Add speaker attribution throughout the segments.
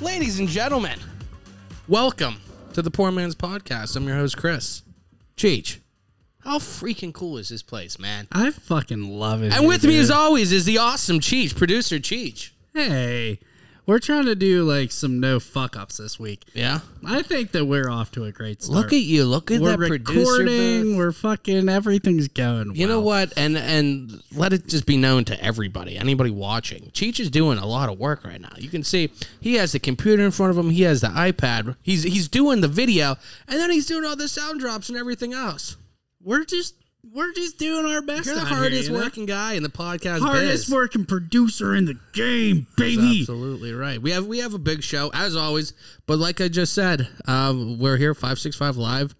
Speaker 1: Ladies and gentlemen, welcome to the Poor Man's Podcast. I'm your host, Chris. Cheech, how freaking cool is this place, man?
Speaker 2: I fucking love it.
Speaker 1: And
Speaker 2: here,
Speaker 1: with me,
Speaker 2: dude.
Speaker 1: as always, is the awesome Cheech, producer Cheech.
Speaker 2: hey, we're trying to do like some no fuck ups this week.
Speaker 1: Yeah.
Speaker 2: I think that we're off to a great start.
Speaker 1: Look at you. Look at
Speaker 2: we're
Speaker 1: that producer. booth.
Speaker 2: recording. We're fucking everything's going.
Speaker 1: You know
Speaker 2: well.
Speaker 1: what? And and let it just be known to everybody, anybody watching. Cheech is doing a lot of work right now. You can see he has the computer in front of him. He has the iPad. He's he's doing the video, and then he's doing all the sound drops and everything else.
Speaker 2: We're just we're just doing our best.
Speaker 1: You're the
Speaker 2: out here,
Speaker 1: hardest
Speaker 2: you know?
Speaker 1: working guy in the podcast.
Speaker 2: hardest
Speaker 1: biz.
Speaker 2: working producer in the game, baby.
Speaker 1: Absolutely right. We have we have a big show as always, but like I just said, um, we're here five six five live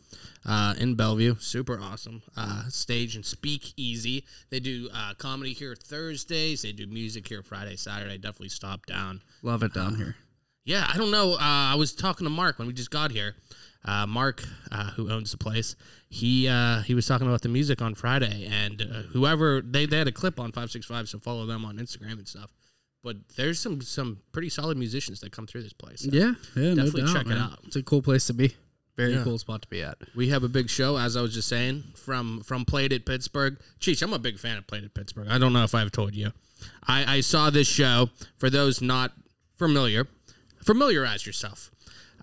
Speaker 1: uh, in Bellevue. Super awesome uh, stage and speak easy. They do uh, comedy here Thursdays. They do music here Friday Saturday. Definitely stop down.
Speaker 2: Love it down here.
Speaker 1: Yeah, I don't know. Uh, I was talking to Mark when we just got here. Uh, Mark, uh, who owns the place, he uh, he was talking about the music on Friday, and uh, whoever they, they had a clip on five six five, so follow them on Instagram and stuff. But there's some some pretty solid musicians that come through this place. So
Speaker 2: Yeah, yeah,
Speaker 1: Definitely
Speaker 2: no doubt,
Speaker 1: check it
Speaker 2: man.
Speaker 1: out.
Speaker 2: It's a cool place to be. Very
Speaker 1: Yeah.
Speaker 2: cool spot to be at.
Speaker 1: We have a big show, as I was just saying, from from Played at Pittsburgh. Cheech, I'm a big fan of Played at Pittsburgh. I don't know if I've told you. I, I saw this show. For those not familiar, familiarize yourself.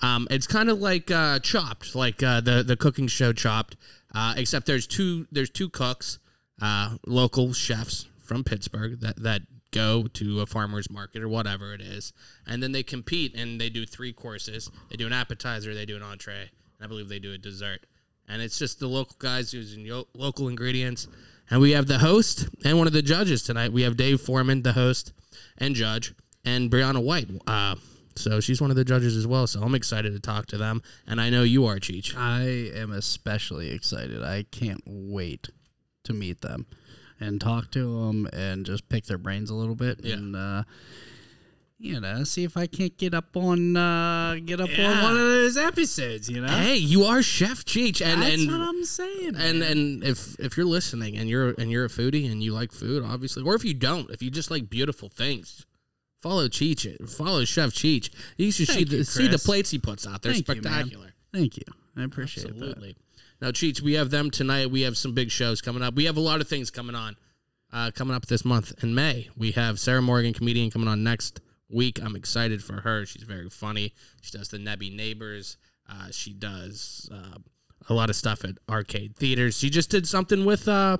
Speaker 1: Um, it's kind of like uh, Chopped, like uh, the the cooking show Chopped, uh, except there's two there's two cooks, uh, local chefs from Pittsburgh that that go to a farmer's market or whatever it is, and then they compete and they do three courses. They do an appetizer, they do an entree, and I believe they do a dessert. And it's just the local guys using yo- local ingredients. And we have the host and one of the judges tonight. We have Dave Foreman, the host and judge, and Brianna White. Uh, so she's one of the judges as well. So I'm excited to talk to them. And I know you are, Cheech.
Speaker 2: I am especially excited. I can't wait to meet them and talk to them and just pick their brains a little bit
Speaker 1: Yeah.
Speaker 2: and uh, you know see if I can't get up on uh, get up on
Speaker 1: Yeah.
Speaker 2: one of those episodes. You know,
Speaker 1: Hey, you are Chef Cheech, and
Speaker 2: that's
Speaker 1: and
Speaker 2: what I'm saying.
Speaker 1: and and if if you're listening and you're and you're a foodie and you like food, obviously, or if you don't, if you just like beautiful things, follow Cheech. Follow Chef Cheech. You should see
Speaker 2: Thank
Speaker 1: the,
Speaker 2: you,
Speaker 1: see the
Speaker 2: Chris.
Speaker 1: plates he puts out. They're
Speaker 2: Thank you, man.
Speaker 1: spectacular.
Speaker 2: Thank you. I appreciate that.
Speaker 1: Absolutely. Now, Cheech, we have them tonight. We have some big shows coming up. We have a lot of things coming on, uh, coming up this month in May. We have Sarah Morgan, comedian, coming on next week. I'm excited for her. She's very funny. She does the Nebby Neighbors. Uh, she does uh, a lot of stuff at arcade theaters. She just did something with uh,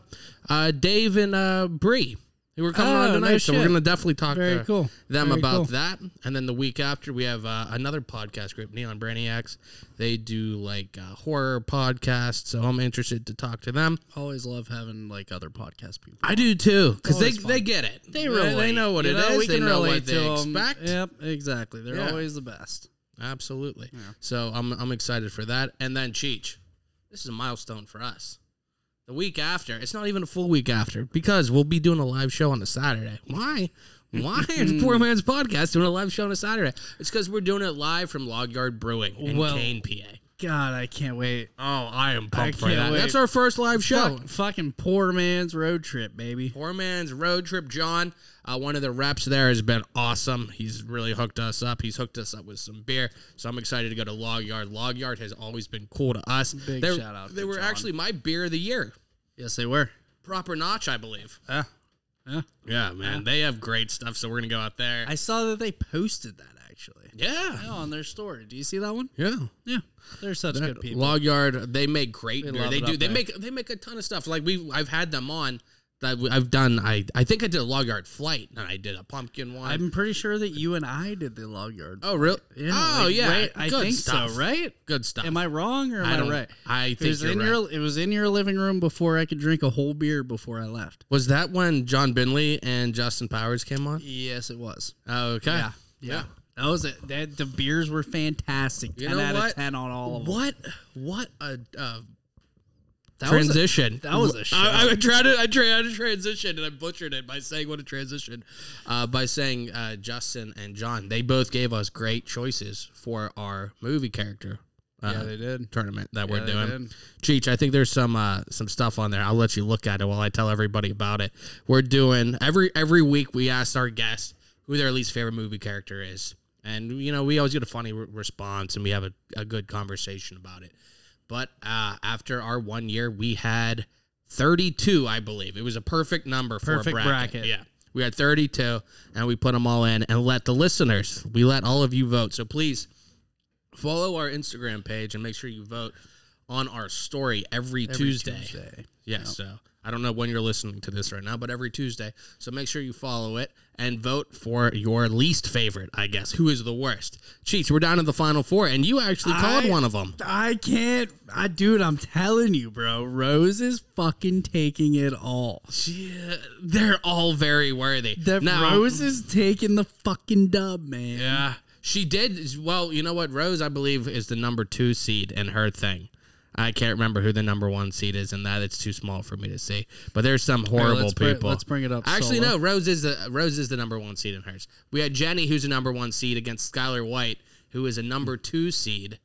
Speaker 1: uh, Dave and uh, Bree, who were coming
Speaker 2: Oh,
Speaker 1: on
Speaker 2: no
Speaker 1: tonight. so we're
Speaker 2: shit.
Speaker 1: gonna definitely talk
Speaker 2: Very
Speaker 1: to
Speaker 2: cool.
Speaker 1: them
Speaker 2: Very
Speaker 1: about
Speaker 2: cool.
Speaker 1: that. And then the week after, we have uh, another podcast group, Neon Brainiacs. They do like uh, horror podcasts, so I'm interested to talk to them.
Speaker 2: Always love having like other podcast people.
Speaker 1: I do too, because they,
Speaker 2: Always Oh, fun.
Speaker 1: they get it.
Speaker 2: They relate.
Speaker 1: they know what
Speaker 2: you
Speaker 1: it is.
Speaker 2: We
Speaker 1: They
Speaker 2: can
Speaker 1: know
Speaker 2: relate
Speaker 1: what
Speaker 2: to
Speaker 1: they
Speaker 2: 'em.
Speaker 1: expect.
Speaker 2: Yep, exactly. They're
Speaker 1: Yeah.
Speaker 2: always the best.
Speaker 1: Absolutely. So I'm I'm excited for that. And then Cheech, this is a milestone for us. The week after, it's not even a full week after because we'll be doing a live show on a Saturday. Why? Why is Poor Man's Podcast doing a live show on a Saturday? It's because we're doing it live from Log Yard Brewing in
Speaker 2: Well-
Speaker 1: Kane, PA.
Speaker 2: God, I can't wait.
Speaker 1: Oh, I am
Speaker 2: I
Speaker 1: pumped for
Speaker 2: can't
Speaker 1: that.
Speaker 2: wait.
Speaker 1: That's our first live show.
Speaker 2: Fuck- fucking poor man's road trip, baby.
Speaker 1: Poor man's road trip, John. Uh, one of the reps there has been awesome. He's really hooked us up. He's hooked us up with some beer. So I'm excited to go to Log Yard. Log Yard has always been cool to us.
Speaker 2: Big shout out
Speaker 1: They
Speaker 2: to
Speaker 1: were
Speaker 2: John.
Speaker 1: actually my beer of the year.
Speaker 2: Yes, they were.
Speaker 1: Proper notch, I believe.
Speaker 2: Yeah. Yeah.
Speaker 1: Yeah, man. They have great stuff. So we're gonna go out there.
Speaker 2: I saw that they posted that actually
Speaker 1: yeah.
Speaker 2: on their story. Do you see that one?
Speaker 1: Yeah.
Speaker 2: Yeah. They're such good people.
Speaker 1: Log Yard, they make great beer.
Speaker 2: love
Speaker 1: They
Speaker 2: it
Speaker 1: do.
Speaker 2: up
Speaker 1: They
Speaker 2: there.
Speaker 1: make they make a ton of stuff. Like we, I've had them on. That we- I've done. I I think I did a Log Yard flight, and I did a pumpkin one.
Speaker 2: I'm pretty sure that you and I did the log yard.
Speaker 1: oh really?
Speaker 2: Yeah,
Speaker 1: oh
Speaker 2: like,
Speaker 1: yeah.
Speaker 2: right- I
Speaker 1: Good
Speaker 2: think
Speaker 1: stuff.
Speaker 2: so, right?
Speaker 1: Good stuff.
Speaker 2: Am I wrong or am
Speaker 1: I
Speaker 2: I,
Speaker 1: don't-
Speaker 2: right?
Speaker 1: I
Speaker 2: it
Speaker 1: think
Speaker 2: was
Speaker 1: you're
Speaker 2: in your it was in your living room before I could drink a whole beer before I left.
Speaker 1: Was that when John Binley and Justin Powers came on? Oh,
Speaker 2: Yes, it was.
Speaker 1: Okay.
Speaker 2: Yeah. Yeah. Those that the beers were fantastic.
Speaker 1: You
Speaker 2: ten
Speaker 1: know
Speaker 2: out
Speaker 1: what?
Speaker 2: of ten on all of them.
Speaker 1: What? What a uh,
Speaker 2: That was a-
Speaker 1: transition!
Speaker 2: that was a
Speaker 1: I-
Speaker 2: show.
Speaker 1: I, tried to I tried to transition and I butchered it by saying what a transition, uh, by saying uh, Justin and John. They both gave us great choices for our movie character. Uh,
Speaker 2: yeah, they did.
Speaker 1: tournament that we're
Speaker 2: they
Speaker 1: doing. Cheech, I think there's some uh, some stuff on there. I'll let you look at it while I tell everybody about it. We're doing every every week we ask our guests who their least favorite movie character is, and you know we always get a funny re- response and we have a, a good conversation about it. But uh, after our one year, we had 32, I believe. It was a perfect number for
Speaker 2: Perfect
Speaker 1: a bracket.
Speaker 2: bracket.
Speaker 1: Yeah. We had 32 and we put them all in and let the listeners, we let all of you vote. So please follow our Instagram page and make sure you vote on our story every,
Speaker 2: Every
Speaker 1: Tuesday.
Speaker 2: Tuesday.
Speaker 1: Yeah, so I don't know when you're listening to this right now, but every Tuesday. So make sure you follow it and vote for your least favorite, I guess. Who is the worst? Cheats, we're down to the final four, and you actually called
Speaker 2: I-
Speaker 1: one of them.
Speaker 2: I can't. I dude, I'm telling you, bro. Rose is fucking taking it all.
Speaker 1: Yeah, they're all very worthy.
Speaker 2: That
Speaker 1: Now-
Speaker 2: Rose is taking the fucking dub, man.
Speaker 1: Yeah, she did. Well, you know what? Rose, I believe, is the number two seed in her thing. I can't remember who the number one seed is, and that it's too small for me to see. But there's some horrible
Speaker 2: let's bring-
Speaker 1: people.
Speaker 2: let's bring it up
Speaker 1: Actually,
Speaker 2: solo.
Speaker 1: no. Rose is the Rose is the number one seed in hers. We had Jenny, who's the number one seed, against Skylar White, who is a number two seed.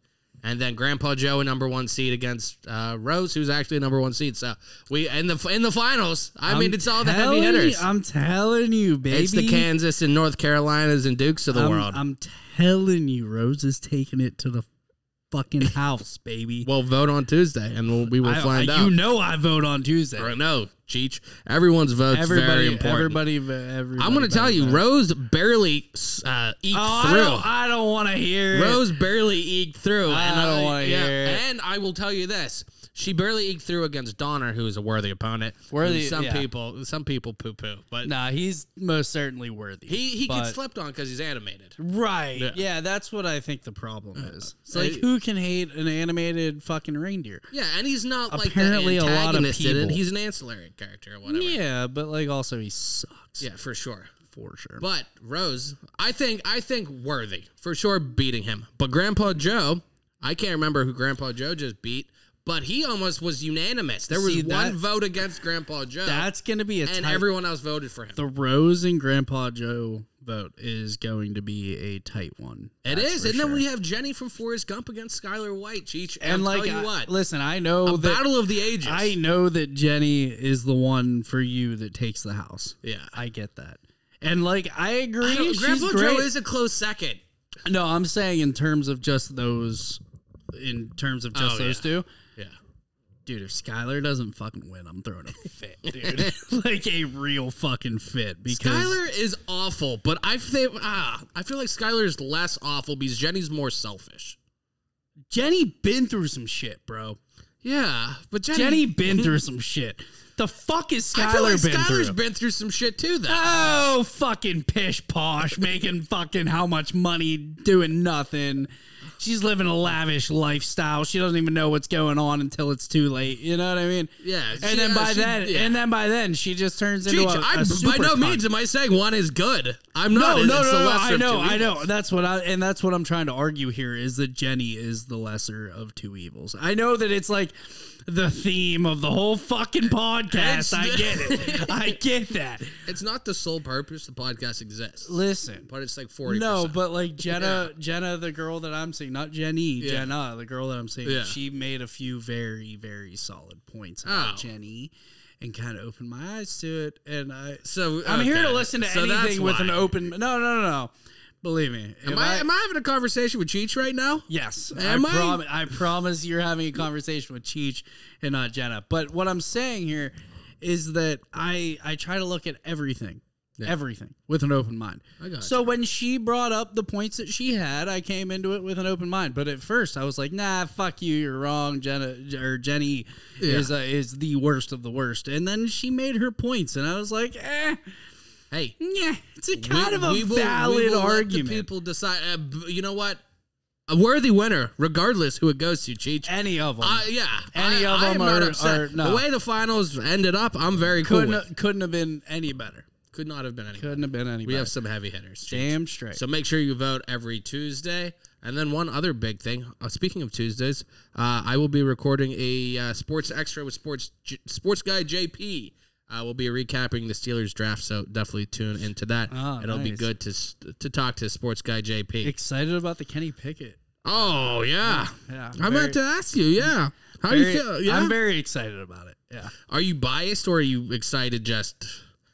Speaker 1: And then Grandpa Joe, a number one seed against uh, Rose, who's actually a number one seed. So we in the in the finals. I mean,
Speaker 2: I'm
Speaker 1: it's all the heavy
Speaker 2: telling
Speaker 1: hitters.
Speaker 2: You, I'm telling you, baby.
Speaker 1: it's the Kansas and North Carolinas and Dukes of the
Speaker 2: I'm,
Speaker 1: world.
Speaker 2: I'm telling you, Rose is taking it to the fucking house, baby.
Speaker 1: Well, vote on Tuesday, and we'll, we will
Speaker 2: I-
Speaker 1: find
Speaker 2: I-
Speaker 1: out.
Speaker 2: You know, I vote on Tuesday.
Speaker 1: Or no, Cheech. Everyone's vote's very
Speaker 2: Everybody,
Speaker 1: important.
Speaker 2: everybody, everybody.
Speaker 1: I'm going to tell
Speaker 2: voted
Speaker 1: you,
Speaker 2: that.
Speaker 1: Rose barely uh, eked
Speaker 2: Oh, I
Speaker 1: through.
Speaker 2: don't, I don't want to hear it.
Speaker 1: Rose barely eked through.
Speaker 2: I
Speaker 1: and
Speaker 2: don't wanna hear it.
Speaker 1: And I will tell you this: she barely eked through against Donner, who is a worthy opponent.
Speaker 2: Worthy-
Speaker 1: who Some
Speaker 2: yeah.
Speaker 1: people, some people poo poo, but
Speaker 2: Nah, he's most certainly worthy.
Speaker 1: he he
Speaker 2: but-
Speaker 1: gets slept on because he's animated.
Speaker 2: Right.
Speaker 1: Yeah.
Speaker 2: Yeah. that's what I think the problem is. It's
Speaker 1: Uh,
Speaker 2: like who can hate an animated fucking reindeer?
Speaker 1: Yeah, and he's not like
Speaker 2: Apparently
Speaker 1: the
Speaker 2: a lot of
Speaker 1: antagonist in it.
Speaker 2: people-
Speaker 1: He's an ancillary character or whatever. Yeah,
Speaker 2: Yeah, but like also he sucks
Speaker 1: yeah for sure.
Speaker 2: for sure.
Speaker 1: But Rose, I think I think worthy for sure beating him. But Grandpa Joe, I can't remember who Grandpa Joe just beat, but he almost was unanimous. There was
Speaker 2: See,
Speaker 1: one
Speaker 2: that-
Speaker 1: vote against Grandpa Joe,
Speaker 2: that's gonna be a
Speaker 1: and
Speaker 2: tight.
Speaker 1: everyone else voted for him.
Speaker 2: the Rose and Grandpa Joe vote is going to be a tight one.
Speaker 1: it
Speaker 2: That's
Speaker 1: is,
Speaker 2: for
Speaker 1: and then
Speaker 2: sure.
Speaker 1: we have Jenny from Forrest Gump against Skylar White. Cheech,
Speaker 2: and like
Speaker 1: tell you
Speaker 2: I-
Speaker 1: what,
Speaker 2: listen, I know
Speaker 1: a
Speaker 2: that
Speaker 1: battle of the ages.
Speaker 2: I know that Jenny is the one for you that takes the house.
Speaker 1: yeah,
Speaker 2: I get that. And like I agree,
Speaker 1: I don't-
Speaker 2: she's
Speaker 1: Grandpa
Speaker 2: great.
Speaker 1: Joe is a close second.
Speaker 2: No, I'm saying in terms of just those, in terms of just
Speaker 1: Oh,
Speaker 2: those
Speaker 1: yeah.
Speaker 2: two.
Speaker 1: Yeah,
Speaker 2: Dude, if Skylar doesn't fucking win, I'm throwing a fit, dude. like a real fucking fit because
Speaker 1: Skylar is awful, but I think ah, I feel like Skylar is less awful because Jenny's more selfish.
Speaker 2: Jenny been through some shit, bro.
Speaker 1: Yeah, but Jenny,
Speaker 2: Jenny been through some shit. The fuck is
Speaker 1: I feel
Speaker 2: Skylar
Speaker 1: like
Speaker 2: been
Speaker 1: Skylar's
Speaker 2: through?
Speaker 1: been through some shit too, though.
Speaker 2: oh, fucking pish posh, making fucking how much money, doing nothing. She's living a lavish lifestyle. She doesn't even know what's going on until it's too late. You know what I mean?
Speaker 1: Yeah, she-
Speaker 2: And then
Speaker 1: uh,
Speaker 2: by
Speaker 1: she-
Speaker 2: then,
Speaker 1: yeah.
Speaker 2: and then by then, she just turns into
Speaker 1: Cheech,
Speaker 2: a,
Speaker 1: I
Speaker 2: a
Speaker 1: by
Speaker 2: super
Speaker 1: no
Speaker 2: cunt.
Speaker 1: means am I saying one is good. I'm not.
Speaker 2: No,
Speaker 1: It's
Speaker 2: no,
Speaker 1: the
Speaker 2: no, no,
Speaker 1: lesser
Speaker 2: I
Speaker 1: of
Speaker 2: know,
Speaker 1: two
Speaker 2: I know.
Speaker 1: evils.
Speaker 2: That's what I and that's what I'm trying to argue here is that Jenny is the lesser of two evils. I know that it's like the theme of the whole fucking
Speaker 1: It's-
Speaker 2: podcast. I get it. I get that.
Speaker 1: It's not the sole purpose the podcast exists,
Speaker 2: Listen.
Speaker 1: but it's like forty.
Speaker 2: No, but like Jenna, Jenna, the girl that I'm seeing, not Jenny, Jenna, the girl that I'm seeing,
Speaker 1: Yeah.
Speaker 2: she made a few very, very solid points about
Speaker 1: Oh.
Speaker 2: Jenny, and kind of opened my eyes to it. And I,
Speaker 1: so
Speaker 2: I'm here to
Speaker 1: okay.
Speaker 2: listen to
Speaker 1: So that's
Speaker 2: anything with an
Speaker 1: why.
Speaker 2: open. No, no, no, no. Believe me. if
Speaker 1: Am I, am I having a conversation with Cheech right now?
Speaker 2: Yes,
Speaker 1: Am I?
Speaker 2: I, prom- I promise you're having a conversation with Cheech and not Jenna. But what I'm saying here is that I I try to look at everything, everything with an open mind.
Speaker 1: I got
Speaker 2: so when she brought up the points that she had, I came into it with an open mind. But at first, I was like, "Nah, fuck you, you're wrong." Jenna or Jenny is uh, is the worst of the worst. And then she made her points, and I was like, "Eh,
Speaker 1: Hey,
Speaker 2: yeah, it's a kind
Speaker 1: we-
Speaker 2: of a
Speaker 1: we will- we
Speaker 2: valid
Speaker 1: will let the
Speaker 2: argument."
Speaker 1: people decide. Uh, b- you know what? A worthy winner, regardless who it goes to, Cheech.
Speaker 2: any of them.
Speaker 1: Uh, yeah,
Speaker 2: Any
Speaker 1: I,
Speaker 2: of
Speaker 1: I am
Speaker 2: them
Speaker 1: not
Speaker 2: are-
Speaker 1: upset.
Speaker 2: are- no.
Speaker 1: The way the finals ended up, I'm very cool.
Speaker 2: couldn't
Speaker 1: with.
Speaker 2: couldn't have been any better.
Speaker 1: Could not have been any.
Speaker 2: Couldn't have been anybody.
Speaker 1: We have some heavy hitters.
Speaker 2: damn straight.
Speaker 1: So make sure you vote every Tuesday. And then one other big thing. Uh, speaking of Tuesdays, uh, I will be recording a uh, sports extra with sports J- sports guy JP. Uh, we'll be recapping the Steelers draft, so definitely tune into that.
Speaker 2: Ah,
Speaker 1: It'll be
Speaker 2: nice.
Speaker 1: good to s- to talk to sports guy JP.
Speaker 2: Excited about the Kenny Pickett.
Speaker 1: oh yeah,
Speaker 2: Yeah,
Speaker 1: I meant to
Speaker 2: very-
Speaker 1: ask you. Yeah, how
Speaker 2: Very,
Speaker 1: you feel? Yeah,
Speaker 2: I'm very excited about it. Yeah.
Speaker 1: are you biased or are you excited? Just